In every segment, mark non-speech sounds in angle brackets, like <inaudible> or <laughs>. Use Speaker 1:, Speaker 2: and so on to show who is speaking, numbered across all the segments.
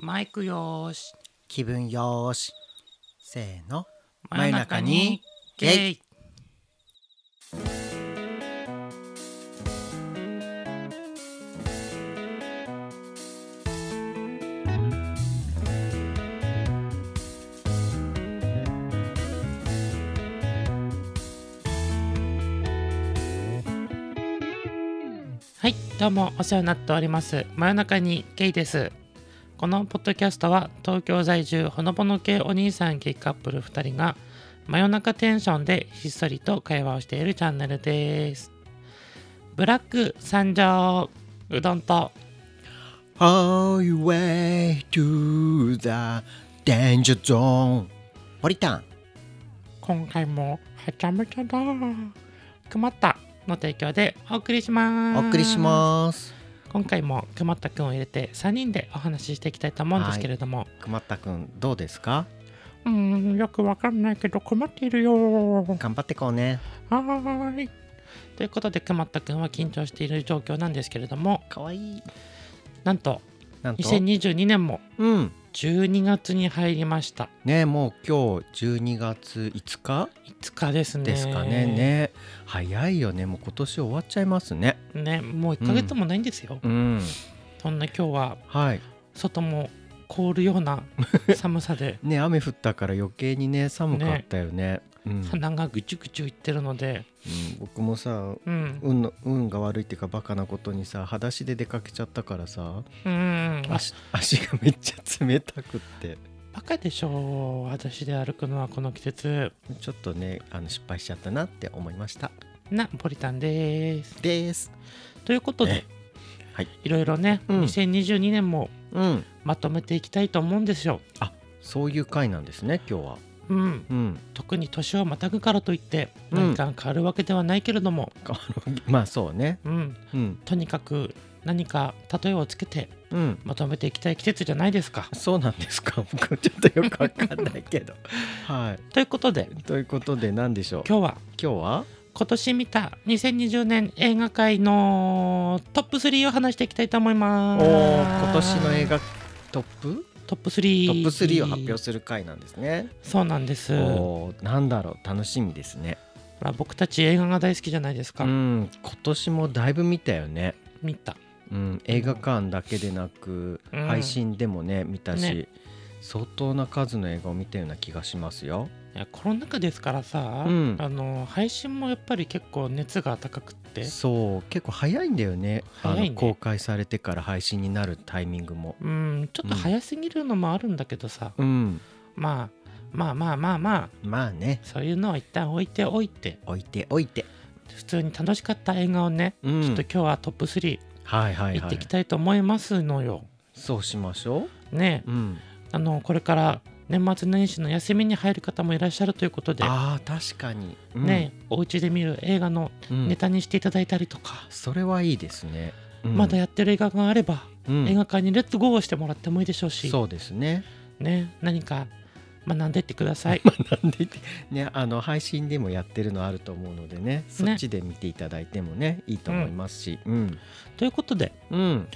Speaker 1: マイクよーし
Speaker 2: 気分よーしせーの
Speaker 1: 真夜中に
Speaker 2: 真夜中
Speaker 1: ゲ
Speaker 2: に
Speaker 1: イはいどうもお世話になっております真夜中にゲイですこのポッドキャストは東京在住ほのぼの系お兄さんゲイカップル2人が真夜中テンションでひっそりと会話をしているチャンネルですブラック参上うどんと
Speaker 2: Highway to the danger zone ポリタン
Speaker 1: 今回もはちゃめちゃだくまったの提供でお送りします
Speaker 2: お送りします
Speaker 1: す今回もくまったくんを入れて3人でお話ししていきたいと思うんですけれども、
Speaker 2: くまったくんどうですか
Speaker 1: うーんよくわかんないけど困っているよ
Speaker 2: 頑張ってこうね
Speaker 1: はーい。ということで、くまったくんは緊張している状況なんですけれども、
Speaker 2: かわいい
Speaker 1: なんと
Speaker 2: なんと
Speaker 1: 2022年も
Speaker 2: うん
Speaker 1: 12月に入りました。
Speaker 2: ねもう今日12月5日
Speaker 1: 5日ですね。
Speaker 2: ですかねね。早いよねもう今年終わっちゃいますね
Speaker 1: ねもう1ヶ月もないんですよ。
Speaker 2: うん
Speaker 1: そんな今日は
Speaker 2: はい
Speaker 1: 外も凍るような寒さで、
Speaker 2: ね雨降ったから余計にね寒かったよねうん
Speaker 1: 鼻がぐちゅぐちゅいってるので、
Speaker 2: うん、僕もさ
Speaker 1: うん、
Speaker 2: 運の運が悪いっていうかバカなことにさ裸足で出かけちゃったからさ
Speaker 1: うん、あ
Speaker 2: 足足がめっちゃ冷たくって
Speaker 1: バカでしょう、私で歩くのはこの季節。
Speaker 2: ちょっとねあの失敗しちゃったなって思いました
Speaker 1: な、ポリタンです。
Speaker 2: です
Speaker 1: ということで
Speaker 2: ね、はい、
Speaker 1: ろいろね、
Speaker 2: うん
Speaker 1: 2022年も
Speaker 2: うん
Speaker 1: まとめていきたいと思うんですよ。
Speaker 2: そういう回なんですね今日は
Speaker 1: うん、
Speaker 2: うん <laughs>
Speaker 1: 特に年をまたぐからといって
Speaker 2: うん
Speaker 1: 何か変わるわけではないけれども、
Speaker 2: あのまあそうね
Speaker 1: うん
Speaker 2: うん
Speaker 1: とにかく何か例えをつけて
Speaker 2: うん
Speaker 1: まとめていきたい季節じゃないですか。
Speaker 2: そうなんですか <laughs> 僕ちょっとよくわかんない <laughs> けどは
Speaker 1: ということで
Speaker 2: いということで何でしょう今
Speaker 1: 今日は
Speaker 2: 日は
Speaker 1: 今年見た2020年映画界のトップ3を話していきたいと思い
Speaker 2: お
Speaker 1: ます。
Speaker 2: ー今年の映画トップ
Speaker 1: トップ3
Speaker 2: トップ3を発表する回なんですね
Speaker 1: そうなんです、
Speaker 2: おーなんだろう楽しみですね
Speaker 1: まあ、僕たち映画が大好きじゃないですか、
Speaker 2: うん今年もだいぶ見たよね、
Speaker 1: 見た
Speaker 2: うん、映画館だけでなく、
Speaker 1: うん
Speaker 2: 配信でもね見たし、
Speaker 1: ね
Speaker 2: 相当な数の映画を見たような気がしますよ
Speaker 1: いやコロナ禍ですからさ、
Speaker 2: うん
Speaker 1: あの配信もやっぱり結構熱が高くって
Speaker 2: そう結構早いんだよねあ
Speaker 1: 早い
Speaker 2: の
Speaker 1: ね
Speaker 2: 公開されてから配信になるタイミングも
Speaker 1: うんちょっと早すぎるのもあるんだけどさ、
Speaker 2: うん
Speaker 1: まあまあまあまあまあ
Speaker 2: まあね
Speaker 1: そういうのは一旦置いておいて
Speaker 2: 置いておいて、
Speaker 1: 普通に楽しかった映画をね、
Speaker 2: うん、
Speaker 1: ちょっと今日はトップ3
Speaker 2: はいはい
Speaker 1: 行っ
Speaker 2: は
Speaker 1: てい
Speaker 2: い
Speaker 1: きたいと思いますのよ。
Speaker 2: そうしましょ
Speaker 1: ね
Speaker 2: う、うん、
Speaker 1: あのこれから年末年始の休みに入る方もいらっしゃるということで、
Speaker 2: あー確かに、うん
Speaker 1: ねお家で見る映画の
Speaker 2: うん
Speaker 1: ネタにしていただいたりとか、
Speaker 2: それはいいですね、うん
Speaker 1: まだやってる映画があれば、
Speaker 2: うん
Speaker 1: 映画館にレッツゴーをしてもらってもいいでしょうし。
Speaker 2: そうですね
Speaker 1: ね、何か学んでってくださ
Speaker 2: <laughs>
Speaker 1: い。
Speaker 2: なんでねあの配信でもやってるのあると思うのでねそっちで見ていただいてもねいいと思いますしうん
Speaker 1: ということで
Speaker 2: うん、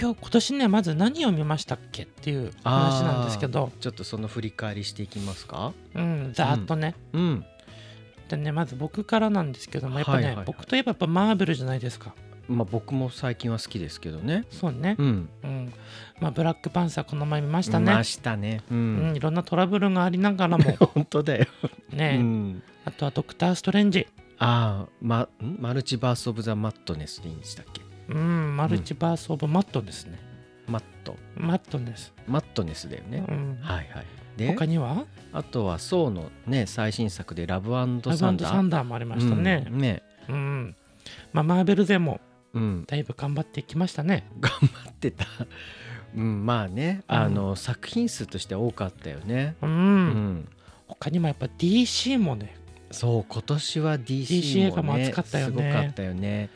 Speaker 1: 今日今年ねまず何を見ましたっけっていう話なんですけど、
Speaker 2: ちょっとその振り返りしていきますか
Speaker 1: うん、ざーっとね、
Speaker 2: うん
Speaker 1: でねまず僕からなんですけどもやっぱね、
Speaker 2: はいはいはい
Speaker 1: 僕といえばやっぱマーベルじゃないですか。
Speaker 2: まあ僕も最近は好きですけどね
Speaker 1: そうね、
Speaker 2: うん
Speaker 1: うんまあ、ブラックパンサーこの前見ました
Speaker 2: 見
Speaker 1: ね
Speaker 2: ま。したねう、
Speaker 1: うんん、いろんなトラブルがありながらも
Speaker 2: 本当だよ、
Speaker 1: ね、
Speaker 2: <laughs> うん
Speaker 1: あとは「ドクター・ストレンジ
Speaker 2: ああ、ま、んマルチバース・オブ・ザ・マットネスでいいんでしたっけ」
Speaker 1: うん「マルチバース・オブ・マット」ですね。
Speaker 2: マット
Speaker 1: マットです。
Speaker 2: マットネスだよね、
Speaker 1: うん、
Speaker 2: はいはいで
Speaker 1: 他には
Speaker 2: あとはソーのね最新作で「ラブサンダ
Speaker 1: ラブサン
Speaker 2: ー」
Speaker 1: ダーもありましたね。
Speaker 2: うんね
Speaker 1: うん。まあ、マーベル勢も
Speaker 2: うん、
Speaker 1: だいぶ頑張ってきましたね。
Speaker 2: 頑張ってた、 <laughs> うん、まあねあの、作品数として多かったよね、
Speaker 1: うん。
Speaker 2: うん
Speaker 1: 他にもやっぱ DC もね。
Speaker 2: そう今年は
Speaker 1: DC 映
Speaker 2: DC
Speaker 1: 画
Speaker 2: も、
Speaker 1: も
Speaker 2: ね、
Speaker 1: 熱かったよね
Speaker 2: すごかったよね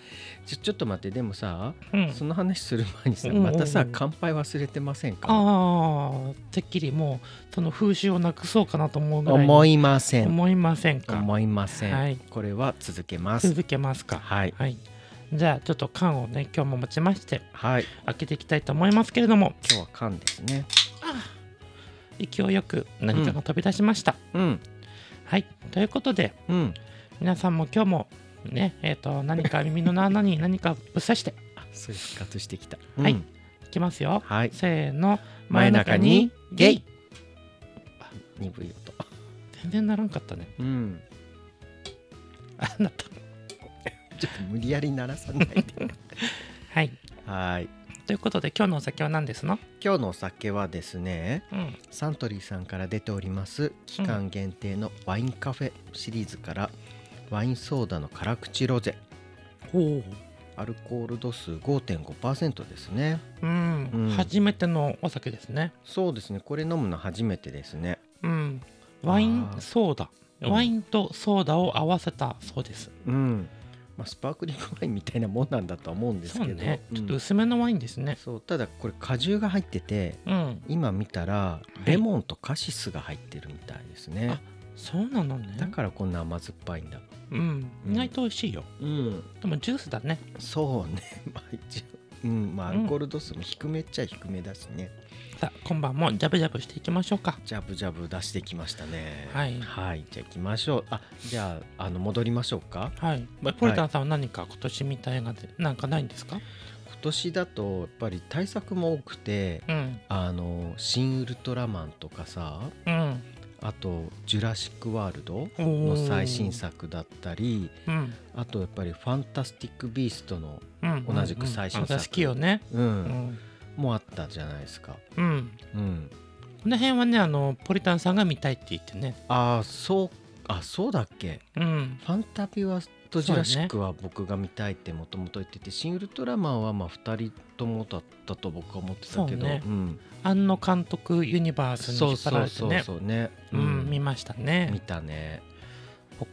Speaker 2: ちょちょっと待ってでもさ、
Speaker 1: うん
Speaker 2: その話する前にさ
Speaker 1: うんうんうん
Speaker 2: またさ、乾杯忘れてませんか
Speaker 1: ああ、てっきりもうその風習をなくそうかなと思うぐらいに
Speaker 2: 思いません
Speaker 1: 思いませんか。
Speaker 2: 思いません、
Speaker 1: はい
Speaker 2: これは続けます
Speaker 1: 続けますか。
Speaker 2: はい
Speaker 1: はい。じゃあちょっと缶をね今日も持ちまして
Speaker 2: はい
Speaker 1: 開けていきたいと思いますけれども
Speaker 2: 今日は缶ですね
Speaker 1: 勢いよく何かが飛び出しました。
Speaker 2: うん
Speaker 1: はいということで
Speaker 2: うん
Speaker 1: 皆さんも今日もねえー、と何か耳の穴
Speaker 2: <laughs>
Speaker 1: に何かぶっ刺して
Speaker 2: あそういう復活してきた
Speaker 1: はい
Speaker 2: うん
Speaker 1: いきますよ。
Speaker 2: はい
Speaker 1: せーの
Speaker 2: 真夜中に
Speaker 1: ゲイ
Speaker 2: 鈍い音
Speaker 1: 全然ならんかったね。
Speaker 2: うん
Speaker 1: あなた
Speaker 2: ちょっと無理やり鳴らさない
Speaker 1: <laughs>
Speaker 2: で
Speaker 1: はい
Speaker 2: はい
Speaker 1: ということで今日のお酒は何ですの、
Speaker 2: 今日のお酒はですね
Speaker 1: うん、
Speaker 2: サントリーさんから出ております期間限定のワインカフェシリーズからワインソーダの辛口ロゼ
Speaker 1: ほ
Speaker 2: アルコール度数5.5%ですね
Speaker 1: う、ん
Speaker 2: うん
Speaker 1: 初めてのお酒ですね。
Speaker 2: そうですねこれ飲むの初めてですね
Speaker 1: うん、ワイン
Speaker 2: あー
Speaker 1: ソーダ
Speaker 2: うん
Speaker 1: ワインとソーダを合わせたそうです。
Speaker 2: うん、まあ、スパークリングワインみたいなもんなんだとは思うんです
Speaker 1: そう
Speaker 2: けど
Speaker 1: ね、
Speaker 2: うん
Speaker 1: ちょっと薄めのワインですね。
Speaker 2: そうただこれ果汁が入ってて
Speaker 1: うん、
Speaker 2: 今見たら
Speaker 1: い
Speaker 2: レモンとカシスが入ってるみたいですね、
Speaker 1: あそうなのね。
Speaker 2: だからこんな甘酸っぱいんだ
Speaker 1: うん、
Speaker 2: うん
Speaker 1: 意外と美味しいよ。
Speaker 2: うん
Speaker 1: でもジュースだね。
Speaker 2: そうね <laughs> まあ一応うんまあア
Speaker 1: うん
Speaker 2: ルコール度数も低めっちゃ低めだしね、
Speaker 1: さあ、今晩もジャブジャブしていきましょうか。
Speaker 2: ジャブジャブ出してきましたね
Speaker 1: はい
Speaker 2: はいじゃあ行きましょうあじゃああの戻りましょうか
Speaker 1: はい。ポリタンさんは何か今年みたいななんかないんですか？
Speaker 2: 今年だとやっぱり対策も多くて
Speaker 1: うん、
Speaker 2: あの「新ウルトラマン」とかさ
Speaker 1: うん、
Speaker 2: あと「ジュラシック・ワールド」
Speaker 1: お
Speaker 2: の
Speaker 1: ー
Speaker 2: 最新。作だったり
Speaker 1: うん、
Speaker 2: あとやっぱり「ファンタスティック・ビーストの
Speaker 1: うん、
Speaker 2: 同じく最新
Speaker 1: うんう
Speaker 2: 作
Speaker 1: んあ好きよね」。
Speaker 2: う
Speaker 1: うんん、
Speaker 2: もあったじゃないですか。
Speaker 1: うん。
Speaker 2: うん、
Speaker 1: この辺はね、あのポリタンさんが見たいって言ってね。
Speaker 2: ああそうあそうだっけ
Speaker 1: うん、
Speaker 2: ファンタビはとジュラシックは僕が見たいってもともと言ってて、シン・ウルトラマンはまあ2人ともだったと僕は思ってたけど
Speaker 1: そうね
Speaker 2: ん、
Speaker 1: 庵野監督ユニバースに
Speaker 2: そ
Speaker 1: 引
Speaker 2: う
Speaker 1: っ張ら
Speaker 2: そう
Speaker 1: れて
Speaker 2: そう
Speaker 1: ね。
Speaker 2: そうね、
Speaker 1: うん、見ましたね。
Speaker 2: 見たね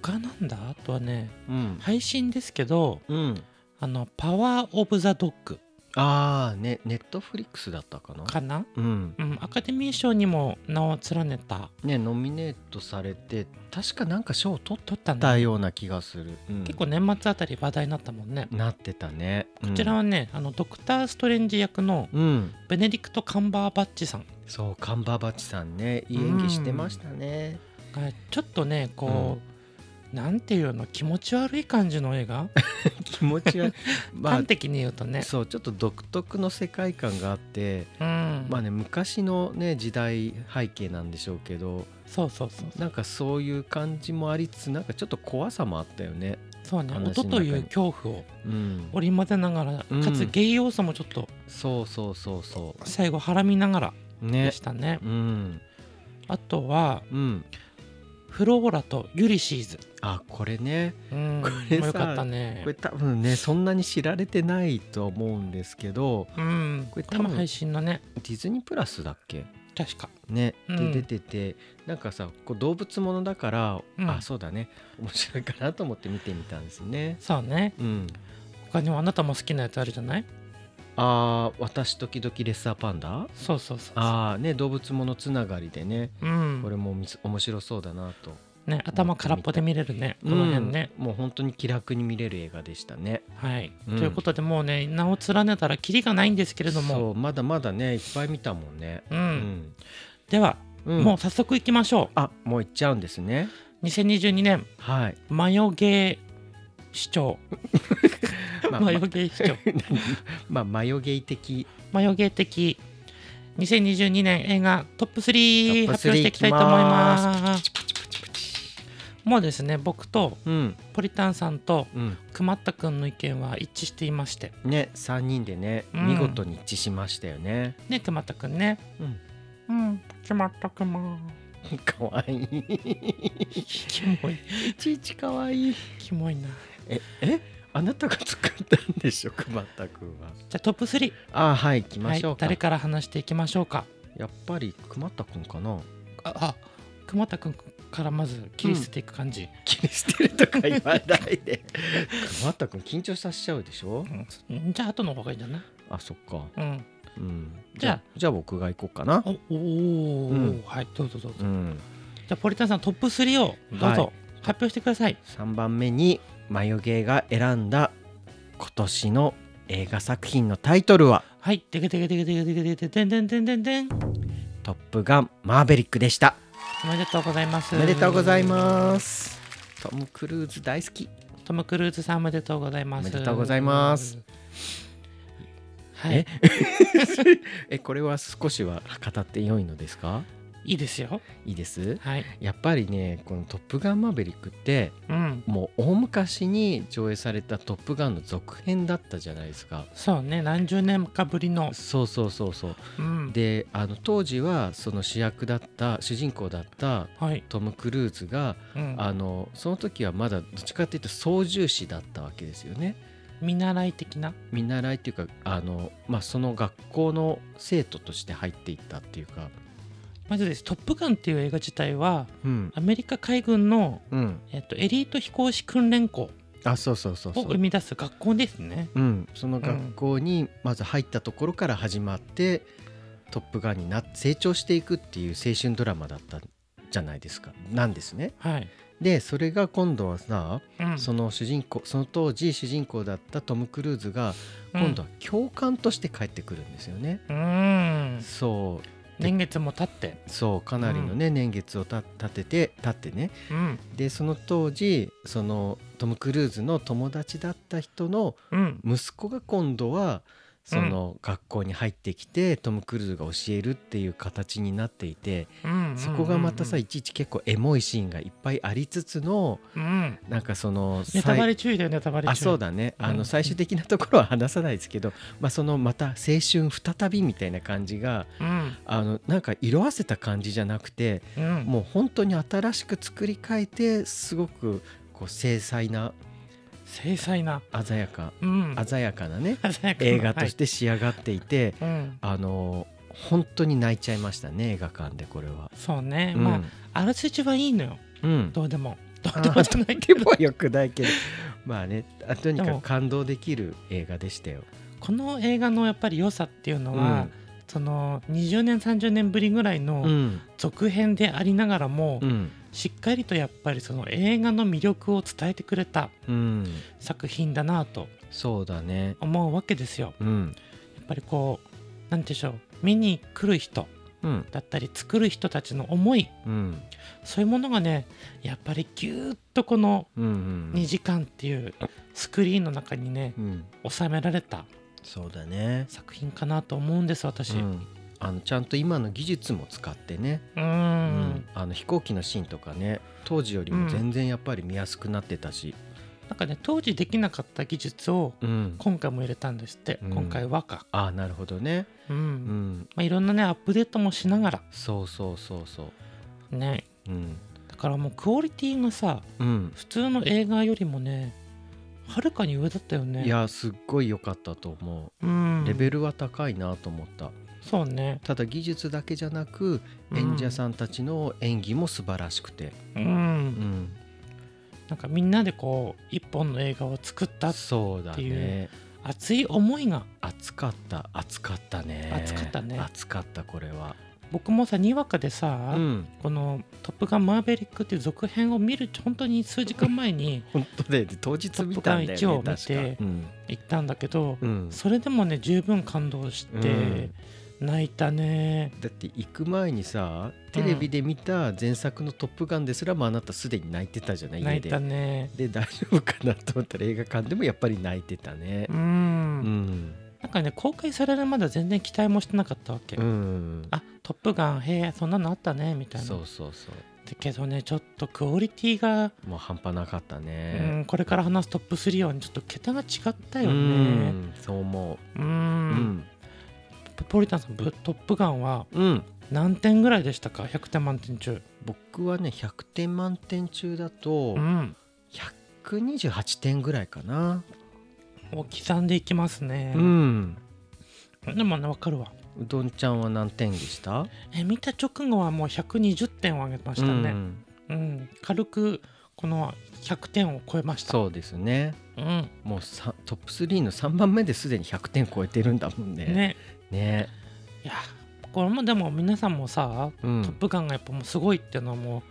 Speaker 1: 他なんだあとはね
Speaker 2: うん、
Speaker 1: 配信ですけど
Speaker 2: うん、
Speaker 1: あの「パワー・オブ・ザ・ドッグ
Speaker 2: ああねネットフリックスだったかな」
Speaker 1: かな、
Speaker 2: うん
Speaker 1: うん、アカデミー賞にも名を連ねた
Speaker 2: ねノミネートされて確かなんか賞を取っ
Speaker 1: 撮ったんだ、
Speaker 2: たような気がする、うん
Speaker 1: 結構年末あたり話題になったもんね、
Speaker 2: なってたね
Speaker 1: こちらはねあのドクター・ストレンジ役の
Speaker 2: うん、うん
Speaker 1: ベネディクト・カンバーバッチさん
Speaker 2: そうカンバーバッチさんねいい演技してまし
Speaker 1: <laughs>
Speaker 2: たね、
Speaker 1: がちょっとねこう、なんていうの気持ち悪い感じの映画、
Speaker 2: 気持ちは <laughs>
Speaker 1: <laughs>
Speaker 2: まあ
Speaker 1: 端的に言うとね
Speaker 2: そうちょっと独特の世界観があって、
Speaker 1: うん、
Speaker 2: まあね昔のね時代背景なんでしょうけど
Speaker 1: そうそうそう
Speaker 2: なんかそういう感じもありつつなんかちょっと怖さもあったよね。
Speaker 1: そうね
Speaker 2: 話の中
Speaker 1: 音
Speaker 2: に
Speaker 1: という恐怖を
Speaker 2: うん、
Speaker 1: 織り交ぜながら、
Speaker 2: うん
Speaker 1: かつ芸要素もちょっと
Speaker 2: そうそうそうそ
Speaker 1: 最後はらみながら
Speaker 2: う
Speaker 1: で
Speaker 2: ね
Speaker 1: し。たね
Speaker 2: うん
Speaker 1: あとは
Speaker 2: うん、
Speaker 1: フローラとユリシーズ、
Speaker 2: あこれね
Speaker 1: うん、
Speaker 2: これさ
Speaker 1: もうよかった
Speaker 2: こ
Speaker 1: ね
Speaker 2: れ多分ねそんなに知られてないと思うんですけど
Speaker 1: うん
Speaker 2: これ多分
Speaker 1: 今配信のね
Speaker 2: ディズニープラスだっけ
Speaker 1: 確か
Speaker 2: ね、
Speaker 1: う
Speaker 2: で
Speaker 1: ん
Speaker 2: 出ててなんかさこう動物ものだから、
Speaker 1: うん
Speaker 2: あそうだね面白いかなと思って見てみたんですね。
Speaker 1: そうね
Speaker 2: うん、
Speaker 1: 他にもあなたも好きなやつあるじゃない
Speaker 2: あー私時々レッサーパンダ
Speaker 1: そうそうそうそう
Speaker 2: あーね動物ものつながりでね
Speaker 1: う
Speaker 2: これ
Speaker 1: ん
Speaker 2: もみす面白そうだなと
Speaker 1: ね頭空っぽで見れるねこの辺ね、
Speaker 2: うんもう本当に気楽に見れる映画でしたね
Speaker 1: はい、
Speaker 2: うん
Speaker 1: ということでもうね名を連ねたらキリがないんですけれど
Speaker 2: そ
Speaker 1: も
Speaker 2: うまだまだねいっぱい見たもんね
Speaker 1: う、、
Speaker 2: うんん
Speaker 1: では、
Speaker 2: うん
Speaker 1: もう早速いきましょ
Speaker 2: あもう行っちゃうんですね
Speaker 1: う2022年
Speaker 2: はい <laughs>
Speaker 1: マヨゲー市長
Speaker 2: まあ
Speaker 1: マヨゲー市
Speaker 2: <laughs>
Speaker 1: 長
Speaker 2: まあ眉毛的
Speaker 1: マヨゲー的2022年映画トップ3
Speaker 2: トップ3
Speaker 1: 発表していきたいと思います。もうですね僕と
Speaker 2: うん
Speaker 1: ポリタンさんと
Speaker 2: うん
Speaker 1: くまったくんの意見は一致していまして
Speaker 2: ね3人でね、
Speaker 1: うん
Speaker 2: 見事に一致しましたよね
Speaker 1: ねくまったくんね
Speaker 2: <laughs> うん
Speaker 1: うんくまったくま
Speaker 2: かわいい
Speaker 1: キモい
Speaker 2: いちいちかわいい
Speaker 1: キモいな
Speaker 2: ええあなたが作ったんでしょくまったくんは
Speaker 1: じゃあトップ3、
Speaker 2: あはい行きま
Speaker 1: は
Speaker 2: しょう
Speaker 1: い、
Speaker 2: か、
Speaker 1: 誰から話していきましょうか
Speaker 2: やっぱりくまったくんかな
Speaker 1: ああくまったくんからまず切り捨てていく感じ、
Speaker 2: 気にしてるとか言わないでくまったくん緊張させちゃうでしょ
Speaker 1: うんじゃあ後の方がいいんじゃない、
Speaker 2: あそっか
Speaker 1: うん、
Speaker 2: うん
Speaker 1: じゃあ
Speaker 2: じゃあ僕が行こうかな
Speaker 1: おおー、
Speaker 2: うん
Speaker 1: はいどうぞどうぞ
Speaker 2: うん
Speaker 1: じゃあポリタンさんトップ3をどう
Speaker 2: は
Speaker 1: ぞ発表してください。
Speaker 2: 3番目に眉毛が選んだ今年の映画作品のタイトルは
Speaker 1: はい、でけでけでけでけでけでけでんでんでんでんでん。
Speaker 2: 「 「トップガンマーベリック」でした
Speaker 1: おめでとうございます
Speaker 2: おめでとうございますトム・クルーズ大好き
Speaker 1: トム・クルーズさんおめでとうございます
Speaker 2: おめでとうございます
Speaker 1: はい
Speaker 2: えこれは少しは語って良いのですか
Speaker 1: いいですよ
Speaker 2: いいです
Speaker 1: はい
Speaker 2: やっぱりねこの「トップガンマーベリック」って
Speaker 1: うん
Speaker 2: もう大昔に上映された「トップガン」の続編だったじゃないですか
Speaker 1: そうね何十年かぶりの
Speaker 2: そうそうそうそう
Speaker 1: うん
Speaker 2: であの当時はその主役だった主人公だった
Speaker 1: はい
Speaker 2: トム・クルーズが
Speaker 1: うん
Speaker 2: あのその時はまだどっちかっていうと操縦士だったわけですよね
Speaker 1: 見習い的な
Speaker 2: 見習いっていうかあの、まあ、その学校の生徒として入っていったっていうか
Speaker 1: まずです「トップガン」っていう映画自体は
Speaker 2: うん、
Speaker 1: アメリカ海軍の、
Speaker 2: うん、
Speaker 1: えっと、エリート飛行士訓練校
Speaker 2: あそうそうそうそ
Speaker 1: を生
Speaker 2: う、
Speaker 1: み出す学校ですね
Speaker 2: うん、その学校にまず入ったところから始まって「トップガン」にな成長していくっていう青春ドラマだったじゃないですかなんですね。
Speaker 1: はい、
Speaker 2: でそれが今度はさ
Speaker 1: うん、
Speaker 2: その主人公その当時主人公だったトム・クルーズが今度は教官として帰ってくるんですよね。
Speaker 1: うん、うん
Speaker 2: そう
Speaker 1: 年月も経って
Speaker 2: そうかなりのね、年月をた立てて立ってね
Speaker 1: うん
Speaker 2: でその当時そのトム・クルーズの友達だった人の
Speaker 1: うん
Speaker 2: 息子が今度はその学校に入ってきて、トム・クルーズが教えるっていう形になっていて、
Speaker 1: うん
Speaker 2: そこがまたさ
Speaker 1: うん
Speaker 2: いちいち結構エモいシーンがいっぱいありつつの
Speaker 1: うん
Speaker 2: なんかその
Speaker 1: ネタバ
Speaker 2: 最
Speaker 1: レ注意だよネタバレ注意
Speaker 2: あそうだね、
Speaker 1: うん
Speaker 2: あの最終的なところは話さないですけど、まあ、そのまた青春再びみたいな感じが
Speaker 1: うん
Speaker 2: あのなんか色あせた感じじゃなくて
Speaker 1: うん
Speaker 2: もう本当に新しく作り変えてすごくこう精細な
Speaker 1: 繊細な
Speaker 2: 鮮やか
Speaker 1: うん
Speaker 2: 鮮やかなね
Speaker 1: 鮮やかな
Speaker 2: 映画としてて仕上がっていて、
Speaker 1: うん
Speaker 2: あの本当に泣いちゃいましたね映画館でこれは。
Speaker 1: そうね
Speaker 2: うん
Speaker 1: まああらすじはいいのよ
Speaker 2: うん
Speaker 1: どうでもどうでもじゃないけ
Speaker 2: で
Speaker 1: ど
Speaker 2: もよくないけど <laughs> まあねあとにか
Speaker 1: で
Speaker 2: く
Speaker 1: も
Speaker 2: 感動できる映画でしたよ。
Speaker 1: この映画のやっぱり良さっていうの
Speaker 2: う
Speaker 1: は
Speaker 2: ん
Speaker 1: その20年30年ぶりぐらいうの
Speaker 2: ん
Speaker 1: 続編でありながらも
Speaker 2: うん
Speaker 1: しっかりとやっぱりその映画の魅力を伝えてくれた
Speaker 2: うん、
Speaker 1: 作品だなと
Speaker 2: そうだね。
Speaker 1: 思うわけですよ。
Speaker 2: うん
Speaker 1: やっぱりこう何でしょう見に来る人
Speaker 2: うん
Speaker 1: だったり作る人たちの思い
Speaker 2: うん
Speaker 1: そういうものがねやっぱりぎゅーっとこの
Speaker 2: うんうん
Speaker 1: 2時間っていうスクリーンの中にね
Speaker 2: うん
Speaker 1: 収められた
Speaker 2: そうだね。
Speaker 1: 作品かなと思うんです私。
Speaker 2: う
Speaker 1: うん
Speaker 2: ん、あのちゃんと今の技術も使ってね、うんあの飛行機のシーンとかね当時よりも全然やっぱり見やすくなってたし、
Speaker 1: なんかね当時できなかった技術を
Speaker 2: うん
Speaker 1: 今回も入れたんですって、
Speaker 2: うん
Speaker 1: 今回はか、
Speaker 2: ああなるほどね、
Speaker 1: うん
Speaker 2: うん、
Speaker 1: まあ、いろんなねアップデートもしながら
Speaker 2: そうそうそうそう
Speaker 1: ね
Speaker 2: うん、
Speaker 1: だからもうクオリティがさ
Speaker 2: うん
Speaker 1: 普通の映画よりもねはるかに上だったよね
Speaker 2: いやすっごい良かったと思
Speaker 1: うん
Speaker 2: うレベルは高いなと思った、
Speaker 1: そうね
Speaker 2: ただ技術だけじゃなく演者さんたちの演技も素晴らしくて、
Speaker 1: うん、
Speaker 2: うん
Speaker 1: なんかみんなでこう一本の映画を作った
Speaker 2: そうだ
Speaker 1: ってい
Speaker 2: ね
Speaker 1: 熱い思いが
Speaker 2: 暑かった暑かったね
Speaker 1: 暑かったね
Speaker 2: 暑かったこれは
Speaker 1: 僕もさにわかでさ、
Speaker 2: うん
Speaker 1: この「トップガンマーベリック」っていう続編を見る本当に数時間前に
Speaker 2: 本当だよね当日見たんだよね
Speaker 1: トップガン
Speaker 2: 確か
Speaker 1: 一を見て
Speaker 2: うん
Speaker 1: 行ったんだけど、
Speaker 2: うん
Speaker 1: それでもね十分感動して泣いたね、
Speaker 2: だって行く前にさテレビで見た前作の「トップガン」ですらもあなたすでに泣いてたじゃない
Speaker 1: 泣
Speaker 2: 家
Speaker 1: いた
Speaker 2: で。
Speaker 1: ね
Speaker 2: で大丈夫かなと思ったら映画館でもやっぱり泣いてたね
Speaker 1: う。、
Speaker 2: うんん
Speaker 1: なんかね公開されるまだ全然期待もしてなかったわけ、
Speaker 2: うん
Speaker 1: あトップガンへえそんなのあったねみたいな
Speaker 2: そうそうそ
Speaker 1: だけどねちょっとクオリティが、
Speaker 2: うもう半端なかった
Speaker 1: う
Speaker 2: ね。
Speaker 1: んこれから話すトップ3はねちょっと桁が違った
Speaker 2: う
Speaker 1: よね
Speaker 2: んそう思
Speaker 1: うん
Speaker 2: う。うん
Speaker 1: ポリタンさんぶ「トップガン」は
Speaker 2: うん
Speaker 1: 何点ぐらいでしたか100点満点中
Speaker 2: 僕はね100点満点中だと
Speaker 1: うん
Speaker 2: 128点ぐらいかな。
Speaker 1: もう刻んでいきますね、
Speaker 2: うん
Speaker 1: でもね分かるわ
Speaker 2: うどんちゃんは何点でした
Speaker 1: え見た直後はもう120点を上げました
Speaker 2: う
Speaker 1: ね、
Speaker 2: ん
Speaker 1: うん軽くこの100点を超えました
Speaker 2: そうですね
Speaker 1: う、ん、
Speaker 2: もうさトップ3の3番目ですでに100点超えてるんだもんね
Speaker 1: ね
Speaker 2: ね
Speaker 1: いやこれもでも皆さんもさ「
Speaker 2: う
Speaker 1: トッ
Speaker 2: ん
Speaker 1: プガン」がやっぱもうすごいっていうのはもう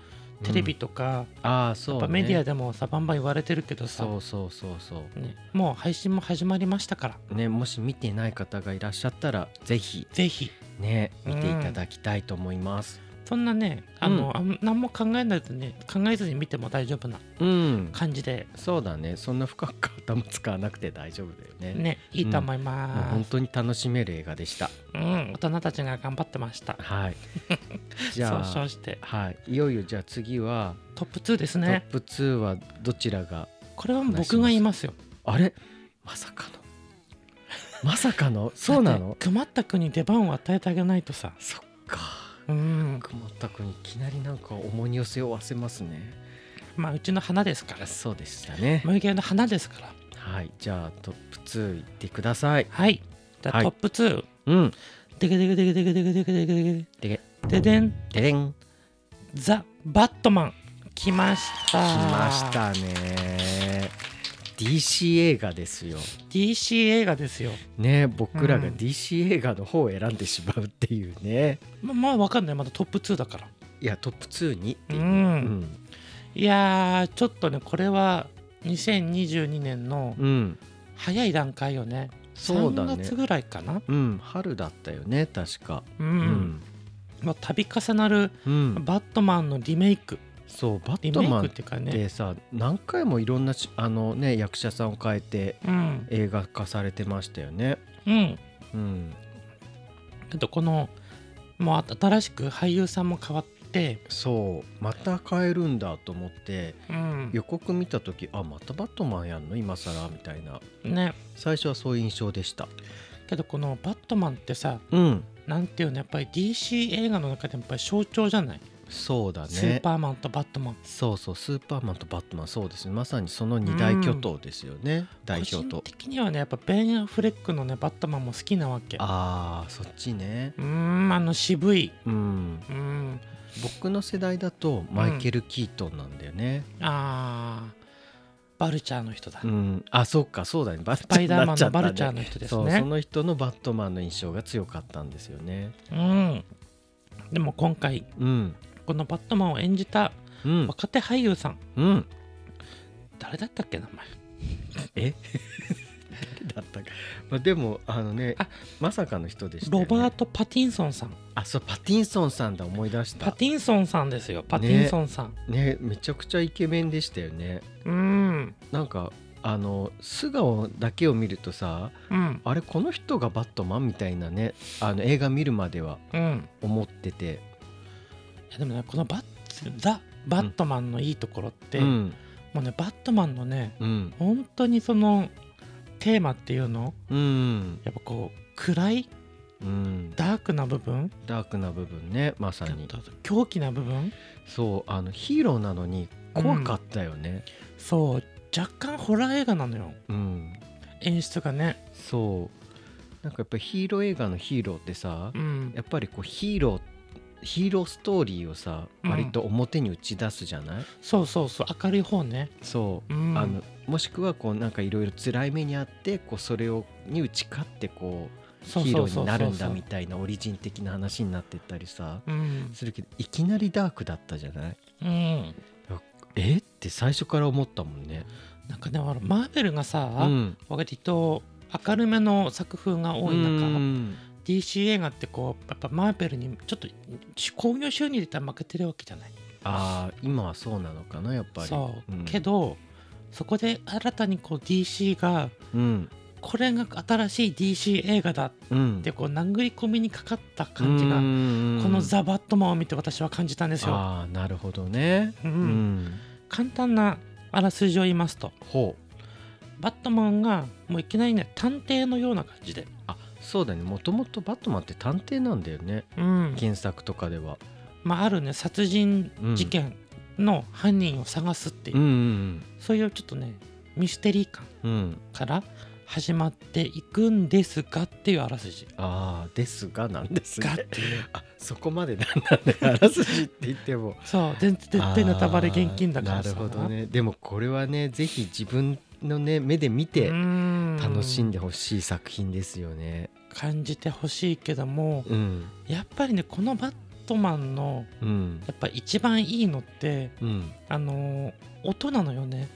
Speaker 1: テレビとか、
Speaker 2: ああそ
Speaker 1: や
Speaker 2: う、
Speaker 1: っ
Speaker 2: ね、
Speaker 1: ぱメディアでもさバンバン言われてるけどさ、
Speaker 2: そうそうそうそ
Speaker 1: ね、もう配信も始まりましたから
Speaker 2: うねもし見てない方がいらっしゃったらぜひ
Speaker 1: ぜひ
Speaker 2: ね
Speaker 1: うん
Speaker 2: 見ていただきたいと思います。
Speaker 1: そんなねあの、あん、何も考えないとね考えずに見ても大丈夫な
Speaker 2: うん、
Speaker 1: 感じで
Speaker 2: そうだねそんな深く頭使わなくて大丈夫だよね。
Speaker 1: ねいいと思い
Speaker 2: もう本
Speaker 1: ます、
Speaker 2: 当に楽しめる映画でした。
Speaker 1: うん大人たちが頑張ってました
Speaker 2: はい。じゃ
Speaker 1: 総
Speaker 2: あ
Speaker 1: 称して
Speaker 2: はいいよいよじゃあ次は、
Speaker 1: トップ2ですね
Speaker 2: トップ2はどちらが
Speaker 1: これはもう僕が言いますよ
Speaker 2: あれまさかのまさかのそうな
Speaker 1: だっ
Speaker 2: の
Speaker 1: て熊田君に出番を与えてあげないとさ
Speaker 2: そっか。
Speaker 1: うん
Speaker 2: くまったくんいきなりなんか重荷を背負わせますね。
Speaker 1: まあうちの花ですから
Speaker 2: そうでしたね。
Speaker 1: 無限の花ですから
Speaker 2: はいじゃあトップ2いってください。
Speaker 1: はいじゃあ、
Speaker 2: はい
Speaker 1: トップ2
Speaker 2: うん。
Speaker 1: でけでけでけでけでけでけでけでけ
Speaker 2: で
Speaker 1: ででん
Speaker 2: ででん
Speaker 1: ザ・バットマン来ました
Speaker 2: 来ましたね。DC 映画ですよ。
Speaker 1: DC 映画ですよ
Speaker 2: ね僕らが
Speaker 1: うん
Speaker 2: DC 映画の方を選んでしまうっていうね。
Speaker 1: ままあわかんないまだトップ2だから
Speaker 2: いやトップ2にって
Speaker 1: う、
Speaker 2: いう。うんん。
Speaker 1: いやーちょっとねこれは2022年の
Speaker 2: うん。
Speaker 1: 早い段階よね
Speaker 2: そうだ
Speaker 1: 3
Speaker 2: ね
Speaker 1: 月。ぐらいかな
Speaker 2: うん春だったよね確か。
Speaker 1: うん、
Speaker 2: うん。
Speaker 1: もう度重なる
Speaker 2: うん。
Speaker 1: バットマンのリメイク
Speaker 2: そうバ
Speaker 1: リ
Speaker 2: ット
Speaker 1: メイ
Speaker 2: マ
Speaker 1: ク
Speaker 2: ン
Speaker 1: っ
Speaker 2: って
Speaker 1: いうかね
Speaker 2: てさ何回もいろんなしあのね役者さんを変えて
Speaker 1: うん
Speaker 2: 映画化されてましたよね。
Speaker 1: うん
Speaker 2: うん。
Speaker 1: あとこのもう新しく俳優さんも変わって
Speaker 2: そうまた変えるんだと思って
Speaker 1: うん
Speaker 2: 予告見た時あまたバットマンやんの今更みたいな
Speaker 1: ね
Speaker 2: 最初はそういう印象でした。
Speaker 1: けどこのバットマンってさ
Speaker 2: うん。
Speaker 1: なんていうのやっぱり DC 映画の中でもやっぱり象徴じゃない、
Speaker 2: そうだね。
Speaker 1: スーパーマンとバットマン
Speaker 2: そうそうスーパーマンとバットマンそうですねまさにその二大巨頭ですよね、代表
Speaker 1: 個人
Speaker 2: と。
Speaker 1: 的にはねやっぱベン・アフレックのねバットマンも好きなわけ
Speaker 2: あーそっちね。
Speaker 1: うーんあの渋い
Speaker 2: うん、
Speaker 1: うーん
Speaker 2: 僕の世代だとマイケル・キートンなんだよね。
Speaker 1: あーバルチャーの人だ、
Speaker 2: うん、あそうかそうだねバルチ
Speaker 1: スパイダーマンの
Speaker 2: にな
Speaker 1: バ
Speaker 2: っちゃ
Speaker 1: ル
Speaker 2: っ
Speaker 1: チャーの人
Speaker 2: たね
Speaker 1: です
Speaker 2: そうそ
Speaker 1: ね
Speaker 2: の人のバットマンの印象が強かったんですよね。
Speaker 1: うんでも今回
Speaker 2: うん
Speaker 1: このバットマンを演じた
Speaker 2: うん
Speaker 1: 若手俳優さん
Speaker 2: うん
Speaker 1: 誰だったっけ名前
Speaker 2: え誰だったか、まあ、でもあのね
Speaker 1: あ
Speaker 2: まさかの人でしたよ
Speaker 1: ロ
Speaker 2: ね、
Speaker 1: バート・パティンソンさん
Speaker 2: あそうパティンソンさんだ思い出し
Speaker 1: パ
Speaker 2: た
Speaker 1: ティンソンさんですよパティンソンさん、
Speaker 2: ねめちゃくちゃイケメンでしたよね
Speaker 1: うん
Speaker 2: なんかあの素顔だけを見るとさ
Speaker 1: うん
Speaker 2: あれこの人がバットマンみたいなねあの映画見るまでは
Speaker 1: うん
Speaker 2: 思ってて、
Speaker 1: いやでもねこのバッザ・バットマンのいいところって、
Speaker 2: うん
Speaker 1: もうねバットマンのね
Speaker 2: うん
Speaker 1: 本当にそのテーマっていうの
Speaker 2: うん
Speaker 1: やっぱこう暗い
Speaker 2: うん
Speaker 1: ダークな部分
Speaker 2: ダークな部分ねまさ
Speaker 1: あ
Speaker 2: に
Speaker 1: と狂気な部分
Speaker 2: そうあのヒーローなのに怖かったよね
Speaker 1: そう若干ホラー映画なのよ
Speaker 2: うん、
Speaker 1: 演出がね
Speaker 2: そうなんかやっぱりヒーロー映画のヒーローってさ、
Speaker 1: うん
Speaker 2: やっぱりこうヒーローヒーローストーリーをさ
Speaker 1: うん
Speaker 2: 割と表に打ち出すじゃない、
Speaker 1: そうそうそう明るい方ね
Speaker 2: そう、
Speaker 1: うん
Speaker 2: あのもしくはこうなんかいろいろ辛い目にあってこうそれをに打ち勝ってこう
Speaker 1: そう
Speaker 2: ヒー
Speaker 1: そ
Speaker 2: ロ
Speaker 1: う
Speaker 2: ー
Speaker 1: そうそう
Speaker 2: になるんだみたいなオリジン的な話になってったりさ
Speaker 1: うん、
Speaker 2: するけどいきなりダークだったじゃない
Speaker 1: うん、
Speaker 2: えって最初から思ったもんね。
Speaker 1: なんかねほらマーベルがさ、
Speaker 2: うん
Speaker 1: 割と明るめの作風が多い中、
Speaker 2: うん、
Speaker 1: DC 映画ってこうやっぱマーベルにちょっと興行収入で言ったら負けてるわけじゃない
Speaker 2: ああ今はそうなのかなやっぱり。
Speaker 1: そう、
Speaker 2: ん
Speaker 1: け、どそこで新たにこう DC が
Speaker 2: うん
Speaker 1: これが新しい DC 映画だっ
Speaker 2: うん、
Speaker 1: てこう殴り込みにかかった感じが、
Speaker 2: こ
Speaker 1: この「ザ・バットマン」を見て私は感じたんですよ、
Speaker 2: ああなるほどね。
Speaker 1: うん
Speaker 2: うん、
Speaker 1: 簡単なあらすじを言いますと
Speaker 2: ほう
Speaker 1: バットマンがもういきなりね探偵のような感じで、
Speaker 2: あそうだねもともとバットマンって探偵なんだよね
Speaker 1: うん
Speaker 2: 原作とかでは。
Speaker 1: まあ、あるね殺人事件の犯人を探すっていう、
Speaker 2: ん
Speaker 1: そういうちょっとねミステリー感
Speaker 2: うんうん、
Speaker 1: から始まっていくんですがっていうあらすじ
Speaker 2: ああですがなんです
Speaker 1: が
Speaker 2: が
Speaker 1: っ。ていう
Speaker 2: <laughs> あそこまでなんなんであらすじって言っ
Speaker 1: <laughs>
Speaker 2: ても。
Speaker 1: そう全然ネタバレ厳禁だから
Speaker 2: あーなるほどねでもこれはねぜひ自分のね目で見て楽
Speaker 1: 楽
Speaker 2: しんでほしい作品ですよね。
Speaker 1: 感じてほしいけども
Speaker 2: うん
Speaker 1: やっぱりねこのバットマンの
Speaker 2: うん
Speaker 1: やっぱ一番いいのって
Speaker 2: うん、
Speaker 1: あのー音なのよね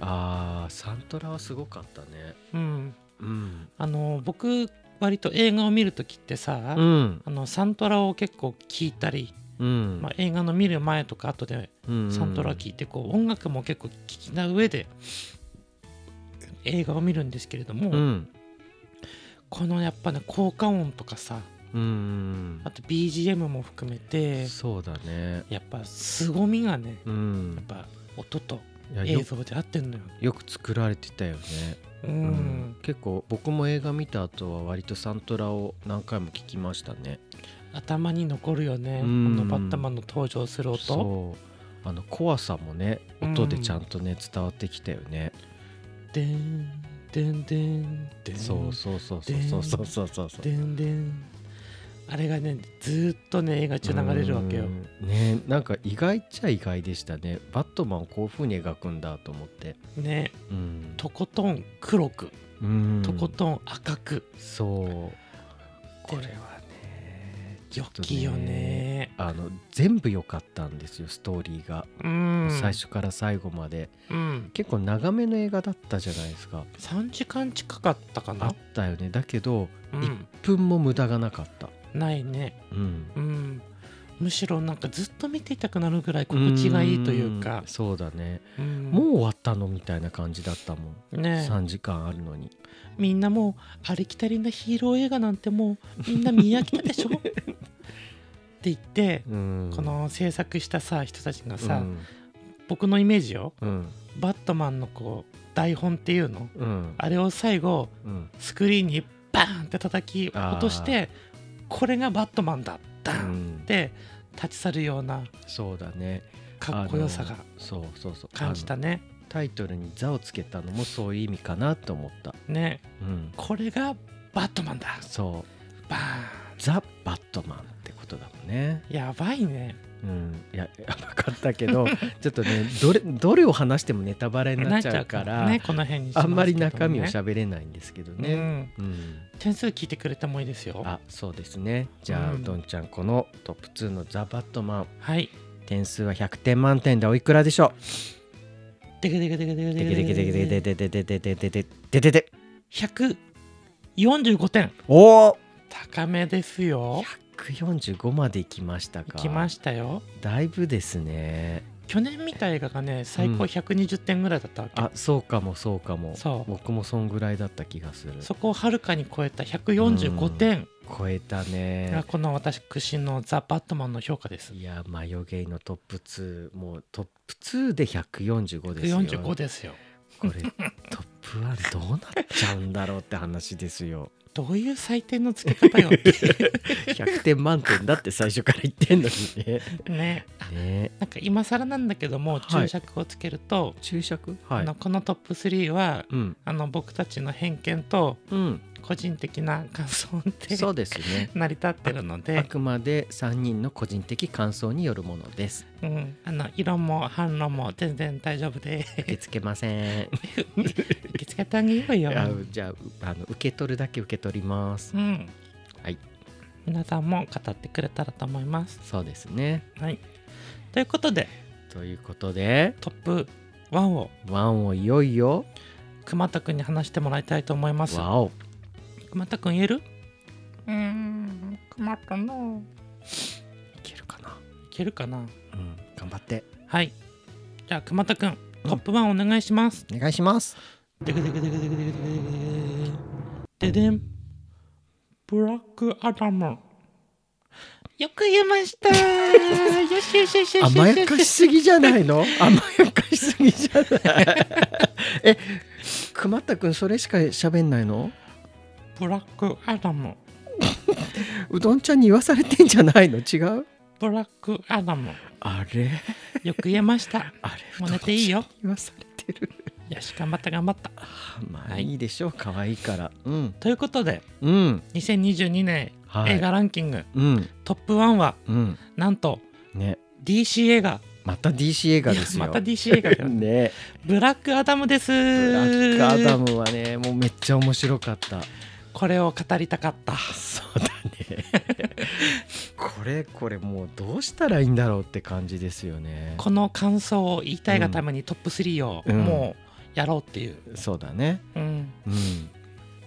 Speaker 2: あーサントラはすごかったね。
Speaker 1: うん
Speaker 2: うん
Speaker 1: あのー僕割と映画を見る時ってさ、
Speaker 2: うん
Speaker 1: あのサントラを結構聞いたり、
Speaker 2: うん
Speaker 1: まあ、映画の見る前とか後で
Speaker 2: うん
Speaker 1: サントラ聞いてこう音楽も結構聞きな上で映画を見るんですけれども、
Speaker 2: うん
Speaker 1: このやっぱね効果音とかさ
Speaker 2: うん
Speaker 1: あと BGM も含めて
Speaker 2: そうだね
Speaker 1: やっぱ凄みがね
Speaker 2: う
Speaker 1: やっ
Speaker 2: ん
Speaker 1: ぱ音と
Speaker 2: いや
Speaker 1: 映
Speaker 2: よ
Speaker 1: 像で合ってんのよ。
Speaker 2: よく作られてたよね、
Speaker 1: う、
Speaker 2: うん結構僕も映画見た後は割とサントラを何回も聞きましたね
Speaker 1: 頭に残るよね、
Speaker 2: う
Speaker 1: あ
Speaker 2: ん
Speaker 1: のバッタマンの登場する音
Speaker 2: そうあの怖さもね
Speaker 1: うん
Speaker 2: 音でちゃんとね伝わってきたよね、
Speaker 1: でんでんでんでん
Speaker 2: そうそうそう
Speaker 1: で
Speaker 2: そうそうそうそうそう
Speaker 1: でんでんあれがねずーっとね映画中流れるわけよ
Speaker 2: うんねなんか意外っちゃ意外でしたねバットマンをこういう風に描くんだと思って
Speaker 1: ね
Speaker 2: うん
Speaker 1: とことん黒く
Speaker 2: うん
Speaker 1: とことん赤く、
Speaker 2: そうこれはねちょ
Speaker 1: 良
Speaker 2: っと
Speaker 1: きよね
Speaker 2: あの全部良かったんですよストーリーが、
Speaker 1: うん
Speaker 2: 最初から最後まで
Speaker 1: うん
Speaker 2: 結構長めの映画だったじゃないですか
Speaker 1: 3時間近かったか
Speaker 2: あ
Speaker 1: な
Speaker 2: っ、たよねだけど
Speaker 1: うん、
Speaker 2: 1分も無駄がなかった
Speaker 1: ないね
Speaker 2: うん
Speaker 1: うんむしろなんかずっと見ていたくなるぐらい心地がいいというか
Speaker 2: んそうだね、
Speaker 1: うん
Speaker 2: もう終わったのみたいな感じだったもん、
Speaker 1: ね
Speaker 2: 3時間あるのに
Speaker 1: みんなもうありきたりなヒーロー映画なんてもうみんな見飽きた
Speaker 2: <laughs>
Speaker 1: でしょって言って
Speaker 2: うん
Speaker 1: この制作したさ人たちがさ、
Speaker 2: うん
Speaker 1: 僕のイメージよ
Speaker 2: うん
Speaker 1: バットマンのこう台本っていうの
Speaker 2: うん
Speaker 1: あれを最後
Speaker 2: うん
Speaker 1: スクリーンにバーンって叩き落としてこれがバットマンだダーンって立ち去るような
Speaker 2: そうだね
Speaker 1: かっこよさが
Speaker 2: あのそうそうそう
Speaker 1: 感じた
Speaker 2: あの
Speaker 1: ね。
Speaker 2: タイトルに「座」をつけたのもそういう意味かなと思った、
Speaker 1: ね
Speaker 2: うん、
Speaker 1: これがバットマンだ
Speaker 2: そう
Speaker 1: バー
Speaker 2: 「ザ・バットマン」ってことだもんね、
Speaker 1: ンやばいね。
Speaker 2: うん、いや分かったけどちょっとねどれどれを話してもネタバレになっちゃうから
Speaker 1: ねこの辺にします
Speaker 2: あ
Speaker 1: けどね、
Speaker 2: んまり中身を喋れないんですけど
Speaker 1: う
Speaker 2: ね、
Speaker 1: ん
Speaker 2: うん、
Speaker 1: 点数聞いてくれてもいいですよ。
Speaker 2: あそうですねじゃあ、う
Speaker 1: うん
Speaker 2: どんちゃんこのトップ2の「ザ・バットマン
Speaker 1: はい。」
Speaker 2: 点数は100点満点でおいくらでしょう
Speaker 1: でけでけでけでけ
Speaker 2: でけでけでけで
Speaker 1: で
Speaker 2: けでけでけでけでけでけでけで
Speaker 1: 百四十五点
Speaker 2: おお
Speaker 1: 高めですよ。
Speaker 2: 145まで行きましたか
Speaker 1: 来ましたよ。
Speaker 2: だいぶですね
Speaker 1: 去年見た映画がね最
Speaker 2: う
Speaker 1: 高
Speaker 2: ん
Speaker 1: 百二十点ぐらいだったわけ。
Speaker 2: あそうかもそうかも
Speaker 1: そう
Speaker 2: 僕もそんぐらいだった気がする
Speaker 1: そこをはるかに超えた百四十五点
Speaker 2: 超えたね
Speaker 1: がこの私屈指のザバットマンの評価です。
Speaker 2: いやマヨゲイのトップ2もうトップ2で145ですよ
Speaker 1: 四十五ですよ。
Speaker 2: これトップ1どうなっちゃうんだろうって話ですよ
Speaker 1: どういう採点の付け方よっていう
Speaker 2: <laughs> 100点満点だって最初から言ってんの
Speaker 1: <laughs>
Speaker 2: にね
Speaker 1: ね。
Speaker 2: ね
Speaker 1: なんか今更なんだけども
Speaker 2: はい
Speaker 1: 注釈をつけると、
Speaker 2: 注釈は
Speaker 1: あ
Speaker 2: い
Speaker 1: のこのトップ3は
Speaker 2: うん
Speaker 1: あの僕たちの偏見と
Speaker 2: うん
Speaker 1: 個人的な感想で
Speaker 2: そうですね
Speaker 1: 成り立ってるの
Speaker 2: あ <laughs>
Speaker 1: で、
Speaker 2: くまで3人の個人的感想によるものです。
Speaker 1: うん、あの異論も反論も全然大丈夫
Speaker 2: <laughs>
Speaker 1: で
Speaker 2: 受け付け
Speaker 1: <laughs>
Speaker 2: ません。
Speaker 1: 受け付けてあげようよ。
Speaker 2: あじゃあうあの受け取るだけ受け取ります
Speaker 1: う。ん、
Speaker 2: はい、
Speaker 1: 皆さんも語ってくれたらと思います。
Speaker 2: そうですね。
Speaker 1: はい、ということで
Speaker 2: ということで、
Speaker 1: トップ1を
Speaker 2: ワンをいよいよ、
Speaker 1: 熊田君に話してもらいたいと思います。
Speaker 2: ワオ。
Speaker 1: 熊田君言えるうん熊田の
Speaker 2: いけるかな。
Speaker 1: いけるかな
Speaker 2: うん、頑張って。
Speaker 1: はいじゃあ熊田君トップ1お願いします。
Speaker 2: お願いします。
Speaker 1: ででででででででででんブラックアダムよく言えましたよしよしよしよし
Speaker 2: 甘やかしすぎじゃないの <laughs> 甘やかしすぎじゃない <laughs> え、熊田くんそれしか喋んないの
Speaker 1: ブラックアダム
Speaker 2: うどんちゃんに言わされてんじゃないの違う
Speaker 1: ブラックアダム
Speaker 2: あれ
Speaker 1: よく言えました
Speaker 2: あれ
Speaker 1: もう寝ていいよ
Speaker 2: 言わされてる。
Speaker 1: よし頑張った頑張った
Speaker 2: まあ
Speaker 1: はい
Speaker 2: いいでしょう可愛いからうん
Speaker 1: ということで
Speaker 2: うん
Speaker 1: 2022年
Speaker 2: はい
Speaker 1: 映画ランキング、
Speaker 2: うん
Speaker 1: トップ1は
Speaker 2: うん
Speaker 1: なんと
Speaker 2: ね
Speaker 1: DC 映画
Speaker 2: また DC 映画です
Speaker 1: い
Speaker 2: よ
Speaker 1: やまた DC 映画
Speaker 2: <laughs>
Speaker 1: だよ
Speaker 2: ね
Speaker 1: ブラックアダムです
Speaker 2: ブラックアダムはねもうめっちゃ面白かった
Speaker 1: これを語りたかった
Speaker 2: そうだねこれこれもうどうしたらいいんだろうって感じですよね
Speaker 1: この感想を言いたいがためにトップ3を
Speaker 2: うん
Speaker 1: もうやろうっていう、
Speaker 2: そうだね
Speaker 1: うん
Speaker 2: うん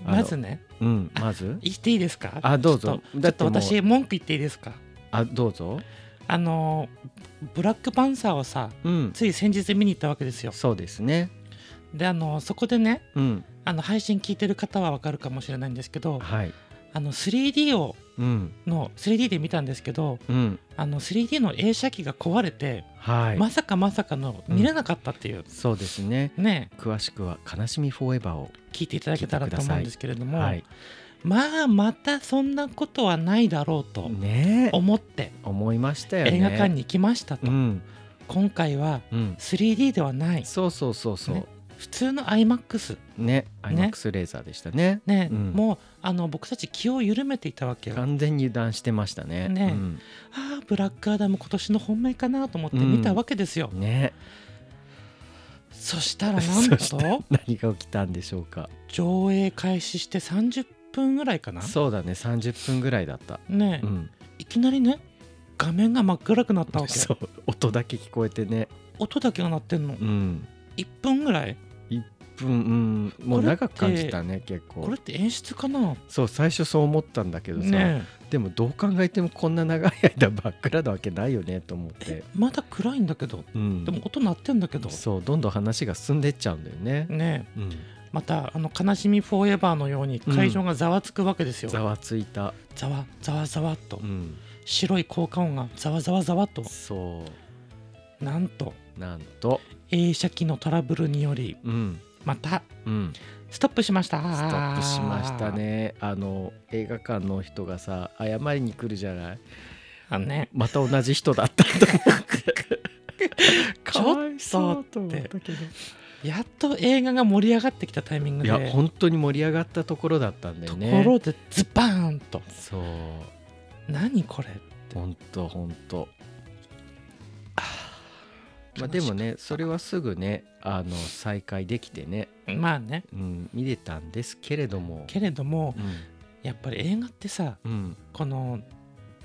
Speaker 2: あの
Speaker 1: まずね
Speaker 2: うんまず
Speaker 1: 言っていいですか
Speaker 2: あどうぞ
Speaker 1: ちょっと
Speaker 2: だって
Speaker 1: ちょっと
Speaker 2: も
Speaker 1: 私文句言っていいですか
Speaker 2: あどうぞ
Speaker 1: あのブラックパンサーをさ
Speaker 2: うん
Speaker 1: つい先日見に行ったわけですよ
Speaker 2: そうですね
Speaker 1: であのそこでね
Speaker 2: うん
Speaker 1: あの配信聞いてる方はわかるかもしれないんですけど
Speaker 2: はい
Speaker 1: あの 3D を
Speaker 2: うん
Speaker 1: の 3D で見たんですけど
Speaker 2: うん
Speaker 1: あの 3D の映写機が壊れて、
Speaker 2: はい、
Speaker 1: まさかまさかの見れなかったっていう、
Speaker 2: そうですね
Speaker 1: ね
Speaker 2: 詳しくは「悲しみフォーエバーを
Speaker 1: 聞いていただけたらと思うんですけれど」も、
Speaker 2: はい
Speaker 1: まあまたそんなことはないだろうと
Speaker 2: ねえ
Speaker 1: 思って
Speaker 2: 思いましたよね
Speaker 1: 映画館に行きましたと、
Speaker 2: うん
Speaker 1: 今回は
Speaker 2: うん
Speaker 1: 3D ではない
Speaker 2: そうそうそうそう
Speaker 1: ね普通の IMAX
Speaker 2: ねアイマックスレーザーでしたね
Speaker 1: ね、
Speaker 2: うん
Speaker 1: もうあの僕たち気を緩めていたわけよあ
Speaker 2: 完全に油断してましたね
Speaker 1: ね
Speaker 2: うん
Speaker 1: あブラックアダム今年の本命かなと思って見たわけですよ、
Speaker 2: ね
Speaker 1: そした
Speaker 2: <laughs>
Speaker 1: らなん
Speaker 2: そしたら
Speaker 1: と
Speaker 2: 何が起きたんでしょうか
Speaker 1: 上映開始して30分ぐらいかな
Speaker 2: そうだね30分ぐらいだった
Speaker 1: ね、
Speaker 2: うん
Speaker 1: いきなりね画面が真っ暗くなったわけ
Speaker 2: そう音だけ聞こえてね
Speaker 1: 音だけが鳴ってんの
Speaker 2: うん
Speaker 1: 1分ぐらい
Speaker 2: うんうんもう
Speaker 1: これって
Speaker 2: 長く感じたね結構
Speaker 1: これって演出かな
Speaker 2: そう最初そう思ったんだけどさ、
Speaker 1: ね
Speaker 2: でもどう考えてもこんな長い間真っ暗なわけないよねと思っ
Speaker 1: え
Speaker 2: て、
Speaker 1: まだ暗いんだけど
Speaker 2: うん、
Speaker 1: でも音鳴ってんだけど
Speaker 2: そうどんどん話が進んでっちゃうんだよね、
Speaker 1: ね
Speaker 2: うん、
Speaker 1: またあの「悲しみフォーエバー」のように会場がざわつくわけですよ、
Speaker 2: ざわついた、
Speaker 1: ざわざわざわっと
Speaker 2: うん、
Speaker 1: 白い効果音がざわざわざわっと
Speaker 2: そ
Speaker 1: なんと
Speaker 2: うなんと
Speaker 1: 映写機のトラブルにより
Speaker 2: うん
Speaker 1: また
Speaker 2: うん
Speaker 1: ストップしました
Speaker 2: ストップしましたねあの映画館の人がさ謝りに来るじゃない
Speaker 1: あのね
Speaker 2: また同じ人だったんだ
Speaker 1: ちょっとって
Speaker 2: 思たけど
Speaker 1: やっと映画が盛り上がってきたタイミング
Speaker 2: い
Speaker 1: で
Speaker 2: や本当に盛り上がったところだったんだよ
Speaker 1: と
Speaker 2: ね
Speaker 1: ころでズバーンと
Speaker 2: そう
Speaker 1: 何これ
Speaker 2: 本当本当
Speaker 1: あー
Speaker 2: まあでもねそれはすぐねあの再開できてね、
Speaker 1: まあね
Speaker 2: うん、見れたんですけれども
Speaker 1: けれども
Speaker 2: う
Speaker 1: やっぱり映画ってさ
Speaker 2: ん、うん、
Speaker 1: この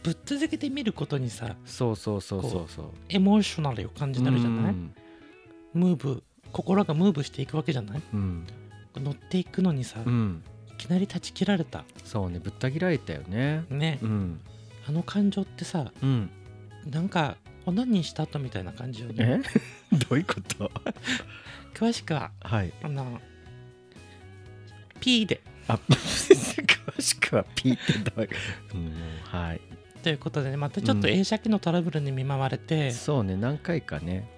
Speaker 1: ぶっ続けて見ることにさ
Speaker 2: そうそうそうそうそう
Speaker 1: エモーショナルを感じになるじゃない、
Speaker 2: うん
Speaker 1: ムーブ心がムーブしていくわけじゃない
Speaker 2: うん、
Speaker 1: 乗っていくのにさ、
Speaker 2: う
Speaker 1: い
Speaker 2: ん、
Speaker 1: きなり断ち切られた
Speaker 2: そうねぶった切られたよね
Speaker 1: ね、
Speaker 2: うん
Speaker 1: あの感情ってさ
Speaker 2: うん
Speaker 1: なんかオナニーした後みたいな感じよね
Speaker 2: え <laughs> どういうこと
Speaker 1: 詳しくは
Speaker 2: はい
Speaker 1: あの P で
Speaker 2: あ詳しくはピーってどういう、うん、はい
Speaker 1: ということでねまたちょっと
Speaker 2: うん
Speaker 1: 映写機のトラブルに見舞われて、
Speaker 2: そうね何回かね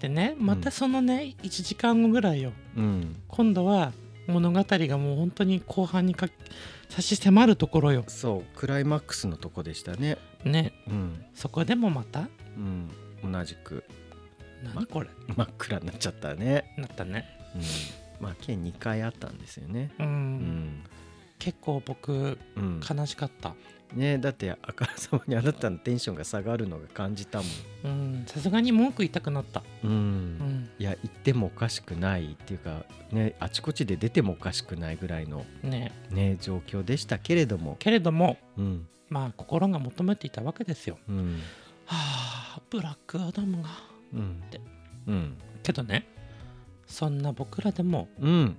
Speaker 1: でねまたそのね1時間後ぐらいよ
Speaker 2: うん
Speaker 1: 今度は物語がもう本当に後半にか差し迫るところよ。
Speaker 2: そうクライマックスのとこでしたね
Speaker 1: ね
Speaker 2: うん
Speaker 1: そこでもまた
Speaker 2: うん同じく
Speaker 1: 何これ
Speaker 2: 真っ暗になっちゃったね、
Speaker 1: なったね。
Speaker 2: うん、まあ計2回あったんですよね
Speaker 1: うん、
Speaker 2: うん、
Speaker 1: 結構僕
Speaker 2: うん、
Speaker 1: 悲しかった。
Speaker 2: ねだってあからさまにあなたのテンションが下がるのが感じたもん
Speaker 1: うんさすがに文句言いたくなった。
Speaker 2: うん、
Speaker 1: うん
Speaker 2: いや行ってもおかしくないっていうかねあちこちで出てもおかしくないぐらいの
Speaker 1: ね
Speaker 2: ね状況でしたけれども
Speaker 1: けれども
Speaker 2: うん
Speaker 1: まあ心が求めていたわけですよ。
Speaker 2: うん
Speaker 1: はあブラックアダムが。
Speaker 2: うん
Speaker 1: で
Speaker 2: うん
Speaker 1: けどねそんな僕らでも
Speaker 2: うん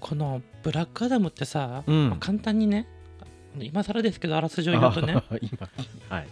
Speaker 1: このブラックアダムってさ、
Speaker 2: うん
Speaker 1: まあ簡単にね今更ですけどあらすじを言うとね
Speaker 2: あ今はい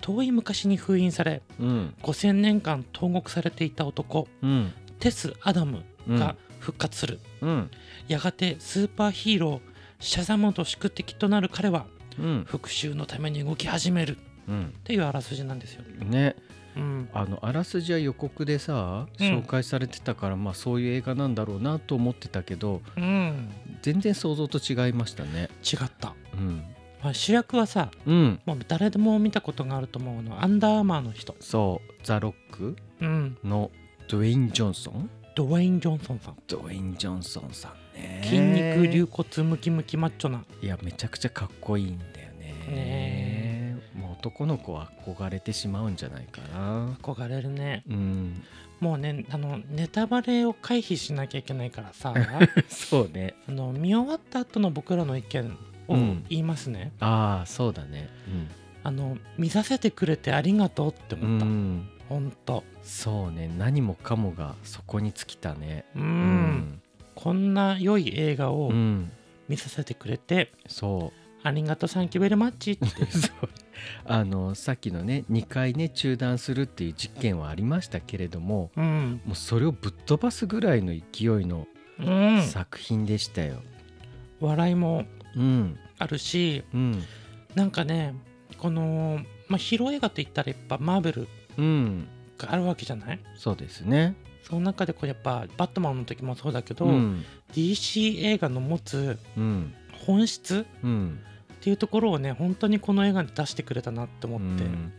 Speaker 1: 遠い昔に封印され
Speaker 2: うん
Speaker 1: 5000年間投獄されていた男
Speaker 2: うん
Speaker 1: テス・アダム
Speaker 2: うん
Speaker 1: が復活する、
Speaker 2: うん
Speaker 1: やがてスーパーヒーローシャザムと宿敵となる彼は
Speaker 2: うん
Speaker 1: 復讐のために動き始める
Speaker 2: うん
Speaker 1: っていうあらすじなんですよ。
Speaker 2: ね
Speaker 1: うん、
Speaker 2: あのあらすじは予告でさ
Speaker 1: うん
Speaker 2: 紹介されてたから、まあそういう映画なんだろうなと思ってたけど
Speaker 1: うん、
Speaker 2: 全然想像と違いましたね
Speaker 1: 違った、
Speaker 2: うん
Speaker 1: まあ、主役はさ
Speaker 2: うん
Speaker 1: もう誰でも見たことがあると思うのアンダーアーマーの人、
Speaker 2: そうザ・ロック
Speaker 1: うん、
Speaker 2: のドウェイン・ジョンソン
Speaker 1: ドウェイン・ジョンソンさん
Speaker 2: ドウェイン・ジョンソンさんね
Speaker 1: 筋肉流骨ムキムキマッチョない
Speaker 2: やめちゃくちゃかっこいいんだよね
Speaker 1: ね
Speaker 2: もう男の子は憧れてしまうんじゃないかな
Speaker 1: 憧れるね
Speaker 2: うん <laughs>
Speaker 1: もうねあのネタバレを回避しなきゃいけないからさ
Speaker 2: そうね
Speaker 1: あの見終わった後の僕らの意見を
Speaker 2: うん
Speaker 1: 言いますね、
Speaker 2: ああそうだね
Speaker 1: あの見させてくれてありがとうって
Speaker 2: う
Speaker 1: 思
Speaker 2: ん、
Speaker 1: った、
Speaker 2: うん、
Speaker 1: ほんと
Speaker 2: そうね何もかもがそこに尽きたね
Speaker 1: うん、
Speaker 2: うん
Speaker 1: こんな良い映画を
Speaker 2: うん
Speaker 1: 見させてくれて
Speaker 2: そう
Speaker 1: ありがとうサンキューベルマッチって
Speaker 2: そうあのさっきのね2回ね中断するっていう実験はありましたけれども
Speaker 1: うん
Speaker 2: もうそれをぶっ飛ばすぐらいの勢いの
Speaker 1: うん
Speaker 2: 作品でしたよ。
Speaker 1: 笑いも
Speaker 2: うん、
Speaker 1: あるし
Speaker 2: うん、
Speaker 1: なんかねこの、まあ、ヒーロー映画といったらやっぱマーベル
Speaker 2: うん、
Speaker 1: があるわけじゃない
Speaker 2: そうですね。
Speaker 1: その中でこうやっぱバットマンの時もそうだけど、
Speaker 2: うん、
Speaker 1: DC 映画の持つ
Speaker 2: うん、
Speaker 1: 本質
Speaker 2: うん。
Speaker 1: っていうところをね本当にこの映画で出してくれたなって思って
Speaker 2: うん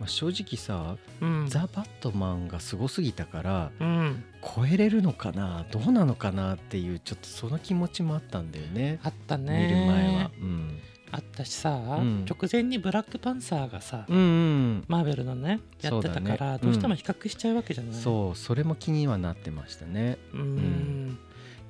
Speaker 2: まあ、正直さ、
Speaker 1: うん
Speaker 2: ザ・バットマンがすごすぎたから
Speaker 1: うん
Speaker 2: 超えれるのかなどうなのかなっていうちょっとその気持ちもあったんだよね
Speaker 1: あった
Speaker 2: 見
Speaker 1: ね
Speaker 2: る前は、うん、
Speaker 1: あったしさ、
Speaker 2: ん
Speaker 1: 直前にブラックパンサーがさ、
Speaker 2: うんうん
Speaker 1: マーベルのねやってた
Speaker 2: そ
Speaker 1: か
Speaker 2: うだ
Speaker 1: ら、
Speaker 2: ね
Speaker 1: どうしても比較しちゃうわけじゃない、
Speaker 2: そうそれも気にはなってましたね
Speaker 1: うーん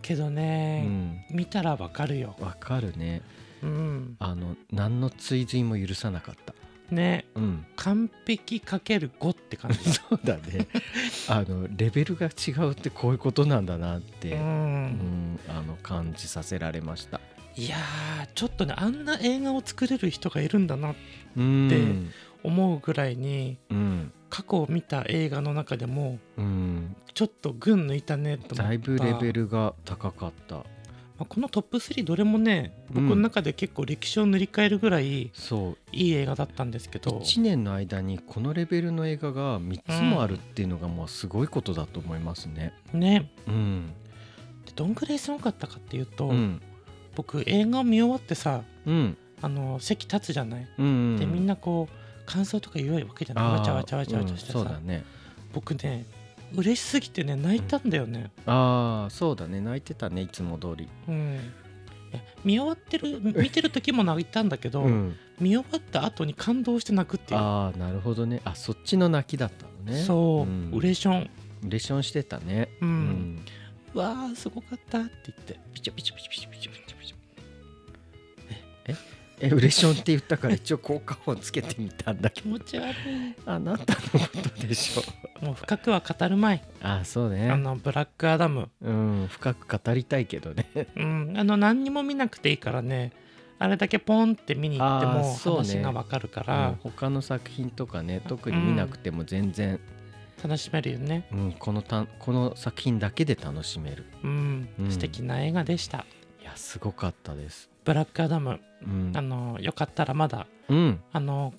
Speaker 1: けど
Speaker 2: う
Speaker 1: ね、
Speaker 2: ん
Speaker 1: 見たらわかるよ、
Speaker 2: わかるね
Speaker 1: うん、
Speaker 2: あの何の追随も許さなかった
Speaker 1: ね
Speaker 2: うん
Speaker 1: 完璧かける5って
Speaker 2: <laughs>
Speaker 1: 感じ
Speaker 2: そうだねあのレベルが違うってこういうことなんだなって、
Speaker 1: う
Speaker 2: うん
Speaker 1: ん、
Speaker 2: あの感じさせられました
Speaker 1: いやーちょっとねあんな映画を作れる人がいるんだな
Speaker 2: うん
Speaker 1: で思うぐらいに
Speaker 2: うん
Speaker 1: 過去を見た映画の中でも
Speaker 2: うん
Speaker 1: ちょっと群抜いたねと思った
Speaker 2: だいぶレベルが高かった
Speaker 1: まあこのトップ3どれもね
Speaker 2: うん
Speaker 1: 僕の中で結構歴史を塗り替えるぐらい
Speaker 2: そう
Speaker 1: いい映画だったんですけど、
Speaker 2: 1年の間にこのレベルの映画が3つもあるっていうのがもうすごいことだと思いますね
Speaker 1: ね
Speaker 2: うん
Speaker 1: でどんぐらいすごかったかっていうと、
Speaker 2: うん
Speaker 1: 僕映画を見終わってさ
Speaker 2: うん
Speaker 1: あの席立つじゃない、
Speaker 2: うん
Speaker 1: でみん
Speaker 2: な
Speaker 1: なこう感想とか言うわけじゃないわちゃわちゃわちゃわちゃしてさ、
Speaker 2: そうだね
Speaker 1: 僕ね嬉しすぎてね泣いたんだよね、
Speaker 2: ああそうだね泣いてたねいつも通り
Speaker 1: うんいや見終わってる見てる時も泣いたんだけど、
Speaker 2: ん
Speaker 1: 見終わった後に感動して泣くっていう
Speaker 2: ああなるほどねあそっちの泣きだったのね
Speaker 1: そう、
Speaker 2: ん
Speaker 1: ウレション
Speaker 2: レションしてたね
Speaker 1: うん、
Speaker 2: う
Speaker 1: わあすごかったって言って
Speaker 2: ピチャピチャピチャピチャピチャピチャピチャええウレションって言ったから一応効果音つけてみたんだけ
Speaker 1: 気
Speaker 2: ど
Speaker 1: 持ち悪い
Speaker 2: あなたのことでしょ
Speaker 1: もう深くは語るまい
Speaker 2: ああそうね
Speaker 1: あのブラックアダム
Speaker 2: うん深く語りたいけどね
Speaker 1: うんあの何にも見なくていいからねあれだけポンって見に行って
Speaker 2: あ
Speaker 1: も
Speaker 2: ーそうね
Speaker 1: 話がわかるか
Speaker 2: うん
Speaker 1: ら
Speaker 2: 他の作品とかね特に見なくても全然、
Speaker 1: 楽しめるよね
Speaker 2: うんこのたこの作品だけで楽しめる
Speaker 1: うん、
Speaker 2: うん
Speaker 1: 素敵な映画でした
Speaker 2: いやすごかったです
Speaker 1: ブラックアダム
Speaker 2: うん
Speaker 1: あのよかったらまだ
Speaker 2: うん
Speaker 1: あの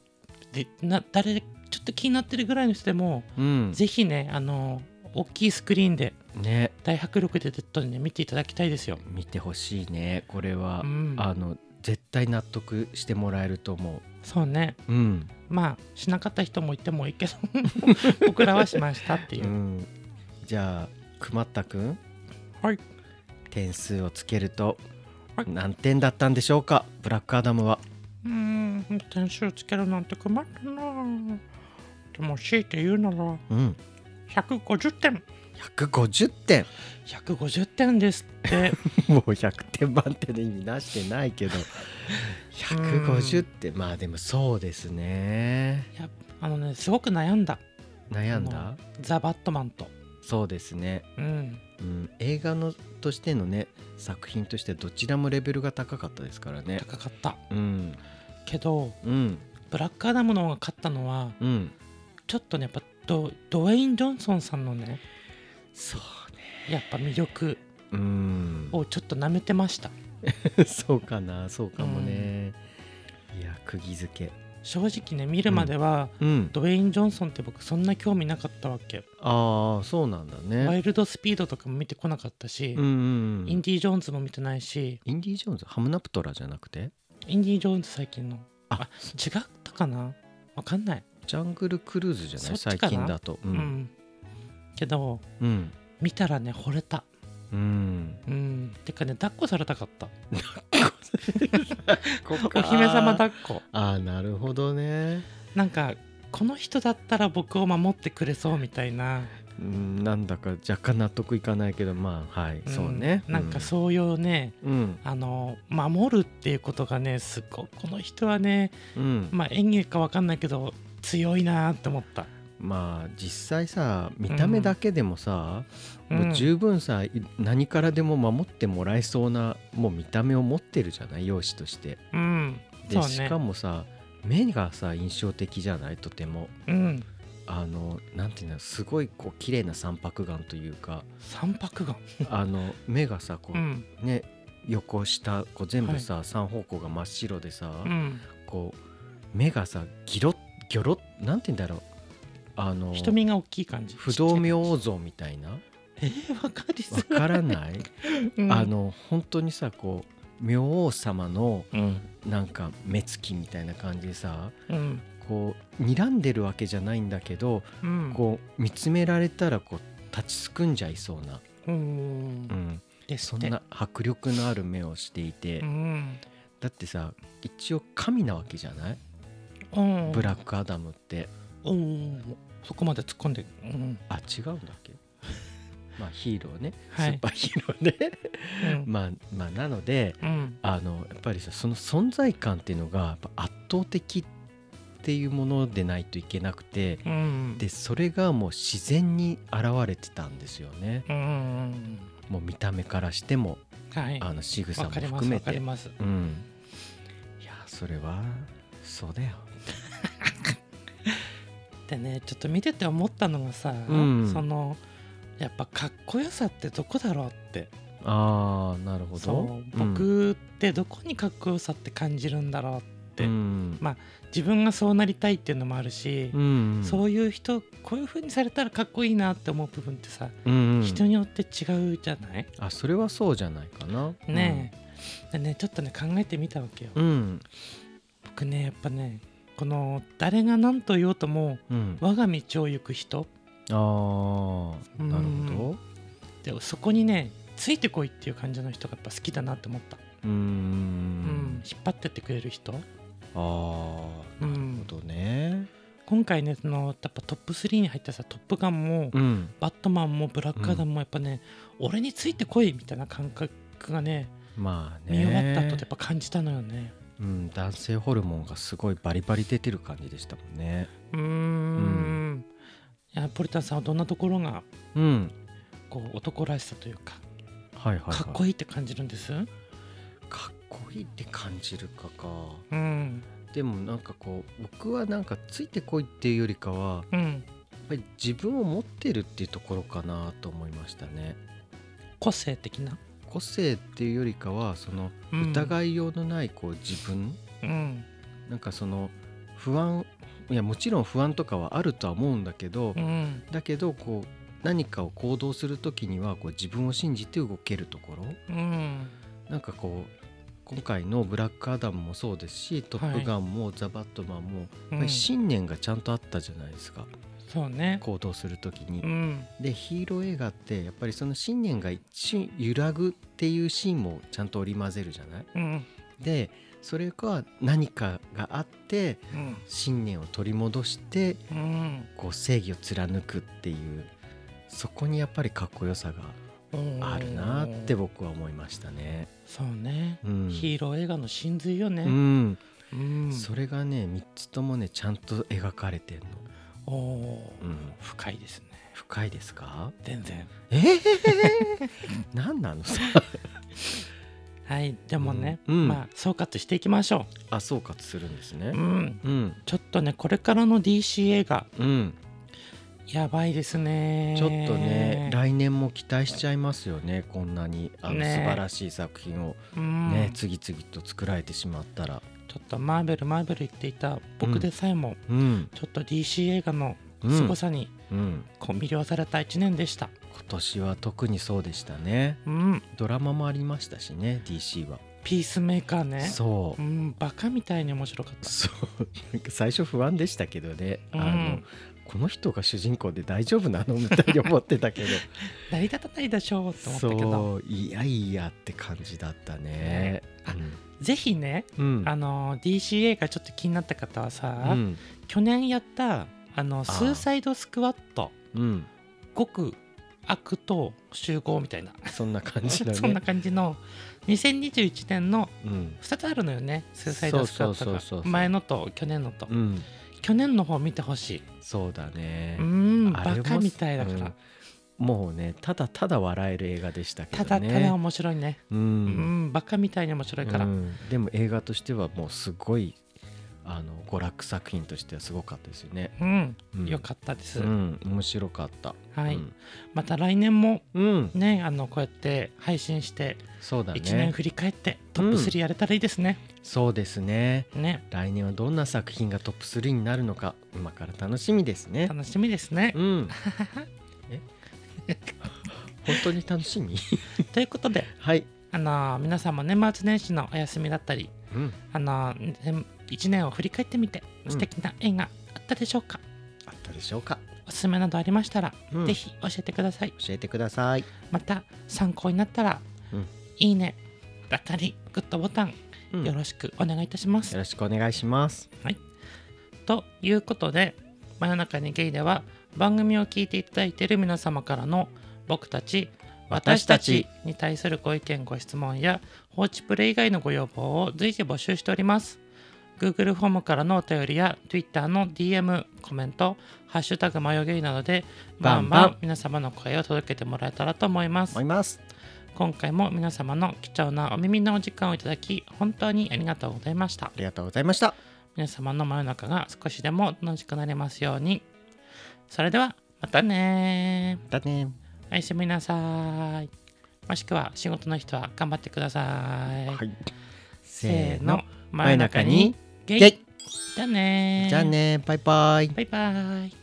Speaker 1: でな誰ちょっと気になってるぐらいの人でも、
Speaker 2: うん
Speaker 1: ぜひねあの大きいスクリーンで
Speaker 2: ね
Speaker 1: 大迫力でずっとね見ていただきたいですよ。
Speaker 2: 見てほしいねこれは、
Speaker 1: うん、
Speaker 2: あの絶対納得してもらえると思
Speaker 1: そうね
Speaker 2: ううん、
Speaker 1: まあしなかった人もいてもいいけど <laughs> 僕らはしましたっていうう。
Speaker 2: ん、じゃあくまったくん
Speaker 1: はい
Speaker 2: 点数をつけると
Speaker 1: はい
Speaker 2: 何点だったんでしょうかブラックアダムは
Speaker 1: うーん点数つけるなんて困るなぁでも強いて言うなら
Speaker 2: うん
Speaker 1: 150点
Speaker 2: 150点
Speaker 1: 150点ですって
Speaker 2: <laughs>
Speaker 1: <laughs>
Speaker 2: もう100点満点の意味なしてないけど150ってまあでもそうですね
Speaker 1: いやあのねすごく悩んだ
Speaker 2: 悩ん
Speaker 1: あ
Speaker 2: だ
Speaker 1: のザ・バットマンと。
Speaker 2: そうですね、
Speaker 1: うん
Speaker 2: うん、映画のとしてのね作品としてどちらもレベルが高かったですからね
Speaker 1: 高かった
Speaker 2: うん
Speaker 1: けど
Speaker 2: うん
Speaker 1: ブラックアダムの方が勝ったのは
Speaker 2: うん
Speaker 1: ちょっとねやっぱドドウェイン・ジョンソンさんのね
Speaker 2: そうね
Speaker 1: やっぱ魅力
Speaker 2: うん
Speaker 1: をちょっと舐めてました
Speaker 2: <laughs> そうかなそうかもね、いや釘付け
Speaker 1: 正直ね見るまでは、
Speaker 2: うん
Speaker 1: ドウェイン・ジョンソンって僕そんな興味なかったわけ
Speaker 2: ああそうなんだ
Speaker 1: ワ
Speaker 2: ね
Speaker 1: イルドスピードとかも見てこなかったし、
Speaker 2: うんうんうん
Speaker 1: インディ・ジョーンズも見てないし
Speaker 2: インディ・ジョーンズハムナプトラじゃなくて
Speaker 1: インディ・ジョーンズ最近の
Speaker 2: あ
Speaker 1: 違ったかなわかんない
Speaker 2: ジャングルクルーズじゃない
Speaker 1: そっち
Speaker 2: 最
Speaker 1: かな
Speaker 2: 近だとう
Speaker 1: うん、けど
Speaker 2: うん
Speaker 1: 見たらね惚れた
Speaker 2: うん
Speaker 1: うんてかね抱っこされたかった
Speaker 2: こ
Speaker 1: <laughs> お姫様抱っこ
Speaker 2: ああなるほどね
Speaker 1: なんかこの人だったら僕を守ってくれそうみたいな、
Speaker 2: うんなんだか若干納得いかないけどまあはい、
Speaker 1: ん
Speaker 2: そうね
Speaker 1: なんかそういうね、
Speaker 2: うんうん、
Speaker 1: あの守るっていうことがねすごいこの人はね
Speaker 2: うん
Speaker 1: まあ演技かわかんないけど強いなーって思った
Speaker 2: まあ実際さ見た目だけでもさ、
Speaker 1: う、
Speaker 2: もうん十分さい何からでも守ってもらえそうなもう見た目を持ってるじゃない容姿として。
Speaker 1: うん、
Speaker 2: で、
Speaker 1: そうね
Speaker 2: しかもさ目がさ印象的じゃないとても
Speaker 1: うん、
Speaker 2: あのなんていうのすごいこう綺麗な三白眼という
Speaker 1: <laughs>
Speaker 2: か
Speaker 1: 三白眼、
Speaker 2: あの目がさこ
Speaker 1: う、
Speaker 2: うんね横下こう全部さ、三方向が真っ白でさ、
Speaker 1: うん、
Speaker 2: こう目がさギロッギョロッなんて言うんだろうあの
Speaker 1: 瞳が大きい感じ、
Speaker 2: 不動明王像みたいな
Speaker 1: えー、わかり
Speaker 2: わ
Speaker 1: づらい、
Speaker 2: からない、
Speaker 1: <laughs> うん
Speaker 2: あ、の本当にさこう明王様の
Speaker 1: うん、
Speaker 2: なんか目つきみたいな感じでさ
Speaker 1: うん、
Speaker 2: こう睨んでるわけじゃないんだけど、
Speaker 1: うん、
Speaker 2: こう見つめられたらこう立ちすくんじゃいそうな、
Speaker 1: うん
Speaker 2: う、ん、
Speaker 1: です
Speaker 2: そ
Speaker 1: っ
Speaker 2: ん
Speaker 1: て、
Speaker 2: な迫力のある目をしていて、
Speaker 1: うん、
Speaker 2: だってさ一応神なわけじゃない、
Speaker 1: うん、
Speaker 2: ブラックアダムって
Speaker 1: うん、そこまで突っ込んで、うん、
Speaker 2: あ違うんだっけ <laughs> まあヒーローね、
Speaker 1: はい
Speaker 2: スーパーヒーローね <laughs>
Speaker 1: うん、
Speaker 2: まあまあなので
Speaker 1: うん、
Speaker 2: あのやっぱりさその存在感っていうのがやっぱ圧倒的っていうものでないといけなくて
Speaker 1: うん、
Speaker 2: でそれがもう自然に現れてたんですよね
Speaker 1: うん、うん、
Speaker 2: もう見た目からしても
Speaker 1: はい、
Speaker 2: あの仕草
Speaker 1: わ
Speaker 2: も
Speaker 1: かりま
Speaker 2: 含
Speaker 1: す、わ
Speaker 2: め
Speaker 1: かり
Speaker 2: て
Speaker 1: ます、
Speaker 2: うんいやそれはそうだよ
Speaker 1: でねちょっと見てて思ったのがさ、
Speaker 2: うん
Speaker 1: そのやっぱかっこよさってどこだろうって
Speaker 2: あーなるほど
Speaker 1: そう僕ってどこにかっこよさって感じるんだろうって
Speaker 2: うん
Speaker 1: 自分がそうなりたいっていうのもあるし、
Speaker 2: うん
Speaker 1: そういう人こういう風にされたらかっこいいなって思う部分ってさ、
Speaker 2: うんうん
Speaker 1: 人によって違うじゃない
Speaker 2: あそれはそうじゃないかな
Speaker 1: ねえ、でねちょっとね考えてみたわけよ、
Speaker 2: うん
Speaker 1: 僕ねやっぱねこの誰が何と言おうとも
Speaker 2: うん
Speaker 1: 我が道を行く人
Speaker 2: あー
Speaker 1: うん
Speaker 2: なるほど
Speaker 1: でそこにねついてこいっていう感じの人がやっぱ好きだなって思った、
Speaker 2: うー
Speaker 1: うん
Speaker 2: ん
Speaker 1: 引っ張ってってくれる人
Speaker 2: あ
Speaker 1: う
Speaker 2: あ
Speaker 1: ん
Speaker 2: なるほどね
Speaker 1: 今回ねそのやっぱトップ3に入ったさ「トップガン」も「
Speaker 2: うん
Speaker 1: バットマン」も「ブラックアダム」もやっぱね、俺についてこいみたいな感覚がね
Speaker 2: まあね
Speaker 1: 見終わった後でやっぱ感じたのよね
Speaker 2: うん男性ホルモンがすごいバリバリ出てる感じでしたもんね
Speaker 1: うーんんいやポリタンさんはどんなところが
Speaker 2: うん
Speaker 1: こう男らしさというか
Speaker 2: はいはい、はい、
Speaker 1: かっこいいって感じるんです、
Speaker 2: かっこいいって感じるかか
Speaker 1: うん
Speaker 2: でもなんかこう僕はなんかついてこいっていうよりかは
Speaker 1: うん
Speaker 2: やっぱり自分を持ってるっていうところかなと思いましたね
Speaker 1: 個性的な
Speaker 2: 個性っていうよりかはその
Speaker 1: うん
Speaker 2: 疑いようのないこう自分、
Speaker 1: うん
Speaker 2: なんかその不安いやもちろん不安とかはあるとは思うんだけど、
Speaker 1: うん
Speaker 2: だけどこう何かを行動する時にはこう自分を信じて動けるところ
Speaker 1: うん
Speaker 2: なんかこう今回の「ブラックアダム」もそうですし「トップガン」も「ザ・バットマン」も、
Speaker 1: う
Speaker 2: やっぱ
Speaker 1: ん
Speaker 2: り信念がちゃんとあったじゃないですか
Speaker 1: そうね
Speaker 2: 行動する時に。
Speaker 1: うん
Speaker 2: でヒーロー映画ってやっぱりその信念が一瞬揺らぐっていうシーンもちゃんと織り交ぜるじゃない
Speaker 1: うん
Speaker 2: でそれが何かがあって
Speaker 1: うん
Speaker 2: 信念を取り戻して
Speaker 1: うん
Speaker 2: こう正義を貫くっていうそこにやっぱりかっこよさ
Speaker 1: うん
Speaker 2: があるなって僕は思いましたね。
Speaker 1: そうね、
Speaker 2: うん
Speaker 1: ヒーロー映画の真髄よ
Speaker 2: う
Speaker 1: ね、
Speaker 2: ん、
Speaker 1: うん
Speaker 2: それがね3つともねちゃんと描かれてんの、
Speaker 1: おおー、
Speaker 2: うん、
Speaker 1: 深いですね
Speaker 2: 深いですか
Speaker 1: 全然
Speaker 2: ええ
Speaker 1: <laughs>
Speaker 2: 何なのさ
Speaker 1: はいでもね、
Speaker 2: うんうん
Speaker 1: まあ総括していきましょ
Speaker 2: あ総括するんですね
Speaker 1: う、うん、
Speaker 2: うん
Speaker 1: ちょっとねこれからの DC 映画
Speaker 2: うん、
Speaker 1: やばいですね
Speaker 2: ちょっとね、来年も期待しちゃいますよねこんなにあの素
Speaker 1: ね
Speaker 2: 晴らしい作品を
Speaker 1: うん
Speaker 2: ね次々と作られてしまったら
Speaker 1: ちょっとマーベルマーベル言っていた僕でさえも、
Speaker 2: うん、
Speaker 1: ちょっと DC 映画の
Speaker 2: うん
Speaker 1: 凄さに
Speaker 2: うん、
Speaker 1: こう魅了された1年でした、
Speaker 2: 今年は特にそうでしたね
Speaker 1: うん、
Speaker 2: ドラマもありましたしね DC は、
Speaker 1: ピースメーカーね
Speaker 2: そう
Speaker 1: う、ん、バカみたいに面白かった
Speaker 2: そうなんか最初不安でしたけどね、あ
Speaker 1: う
Speaker 2: の
Speaker 1: ん
Speaker 2: この人が主人公で大丈夫なのみたいに思って
Speaker 1: <laughs>
Speaker 2: たけど
Speaker 1: 成り立たないでしょうって思ったけど
Speaker 2: そういやいやって感じだったね。
Speaker 1: ぜひね、
Speaker 2: うんうん
Speaker 1: あの DC 映画ちょっと気になった方はさ、
Speaker 2: うん
Speaker 1: 去年やったあのスーサイドスクワット
Speaker 2: うん
Speaker 1: 極悪と集合みた
Speaker 2: <laughs>
Speaker 1: いな、
Speaker 2: そんな感じだ
Speaker 1: <laughs>
Speaker 2: ね。
Speaker 1: そんな感じの2021年の
Speaker 2: うん
Speaker 1: 2つあるのよねスーサイドスクワット
Speaker 2: そう
Speaker 1: が
Speaker 2: そうそうそう
Speaker 1: 前のと去年のと、
Speaker 2: うん
Speaker 1: 去年の方見てほしい
Speaker 2: そうだね
Speaker 1: うーん
Speaker 2: あれ
Speaker 1: バ
Speaker 2: も
Speaker 1: カみたいだから、
Speaker 2: うんもうねただただ笑える映画でしたけ
Speaker 1: た
Speaker 2: ど
Speaker 1: だ
Speaker 2: ね
Speaker 1: ただ面白いね
Speaker 2: う
Speaker 1: うん、
Speaker 2: ん、
Speaker 1: バカみたいに面白いから、
Speaker 2: うんでも映画としてはもうすごいあの娯楽作品としてはすごかったですよね
Speaker 1: うん、
Speaker 2: うん
Speaker 1: よかったです、
Speaker 2: うん面白かった
Speaker 1: はい
Speaker 2: うん
Speaker 1: また来年も
Speaker 2: うん
Speaker 1: ねあのこうやって配信して
Speaker 2: そうだ
Speaker 1: 1年
Speaker 2: ね
Speaker 1: 振り返ってトップ3やれたらいいですね、
Speaker 2: そうですね
Speaker 1: ね
Speaker 2: 来年はどんな作品がトップ3になるのか今から楽しみですね
Speaker 1: 楽しみですね、
Speaker 2: うん
Speaker 1: <laughs>
Speaker 2: え本当に楽しみ
Speaker 1: ということで
Speaker 2: はい
Speaker 1: あの皆さんも年末年始のお休みだったり
Speaker 2: うん
Speaker 1: あの1年を振り返ってみて
Speaker 2: うん
Speaker 1: 素敵な映画あったでしょうか、
Speaker 2: あったでしょうか
Speaker 1: おすすめなどありましたら、
Speaker 2: うん
Speaker 1: ぜひ教えてください
Speaker 2: 教えてください
Speaker 1: また参考になったら、
Speaker 2: うん
Speaker 1: いいねだったりグッドボタン
Speaker 2: うん
Speaker 1: よ
Speaker 2: よ
Speaker 1: ろしくお願いいたします、
Speaker 2: ろしくお願いします
Speaker 1: ということで「真夜中にゲイ」では番組を聞いていただいている皆様からの僕たち私
Speaker 2: 私
Speaker 1: た
Speaker 2: た
Speaker 1: ち
Speaker 2: ち
Speaker 1: に対するご意見ご質問や放置プレイ以外のご要望を随時募集しております Google フォームからのお便りや Twitter の DM コメント「ハッシュタグマヨゲイ」などでバ
Speaker 2: バ
Speaker 1: ン
Speaker 2: ン
Speaker 1: バ
Speaker 2: バン
Speaker 1: ン皆様の声を届けてもらえたらと思います
Speaker 2: 思います
Speaker 1: 今回も皆様の貴重なお耳のお時間をいただき本当にありがとうございました
Speaker 2: ありがとうございました
Speaker 1: 皆様の真夜中が少しでも楽しくなりますようにそれではまたね
Speaker 2: だね
Speaker 1: おやすみなさいもしくは仕事の人は頑張ってください、
Speaker 2: はい
Speaker 1: せ
Speaker 2: せ
Speaker 1: ー
Speaker 2: ーの
Speaker 1: の真夜中にゲイ
Speaker 2: ゲイ
Speaker 1: じゃあねー
Speaker 2: じゃあねバイバイ
Speaker 1: バイバイ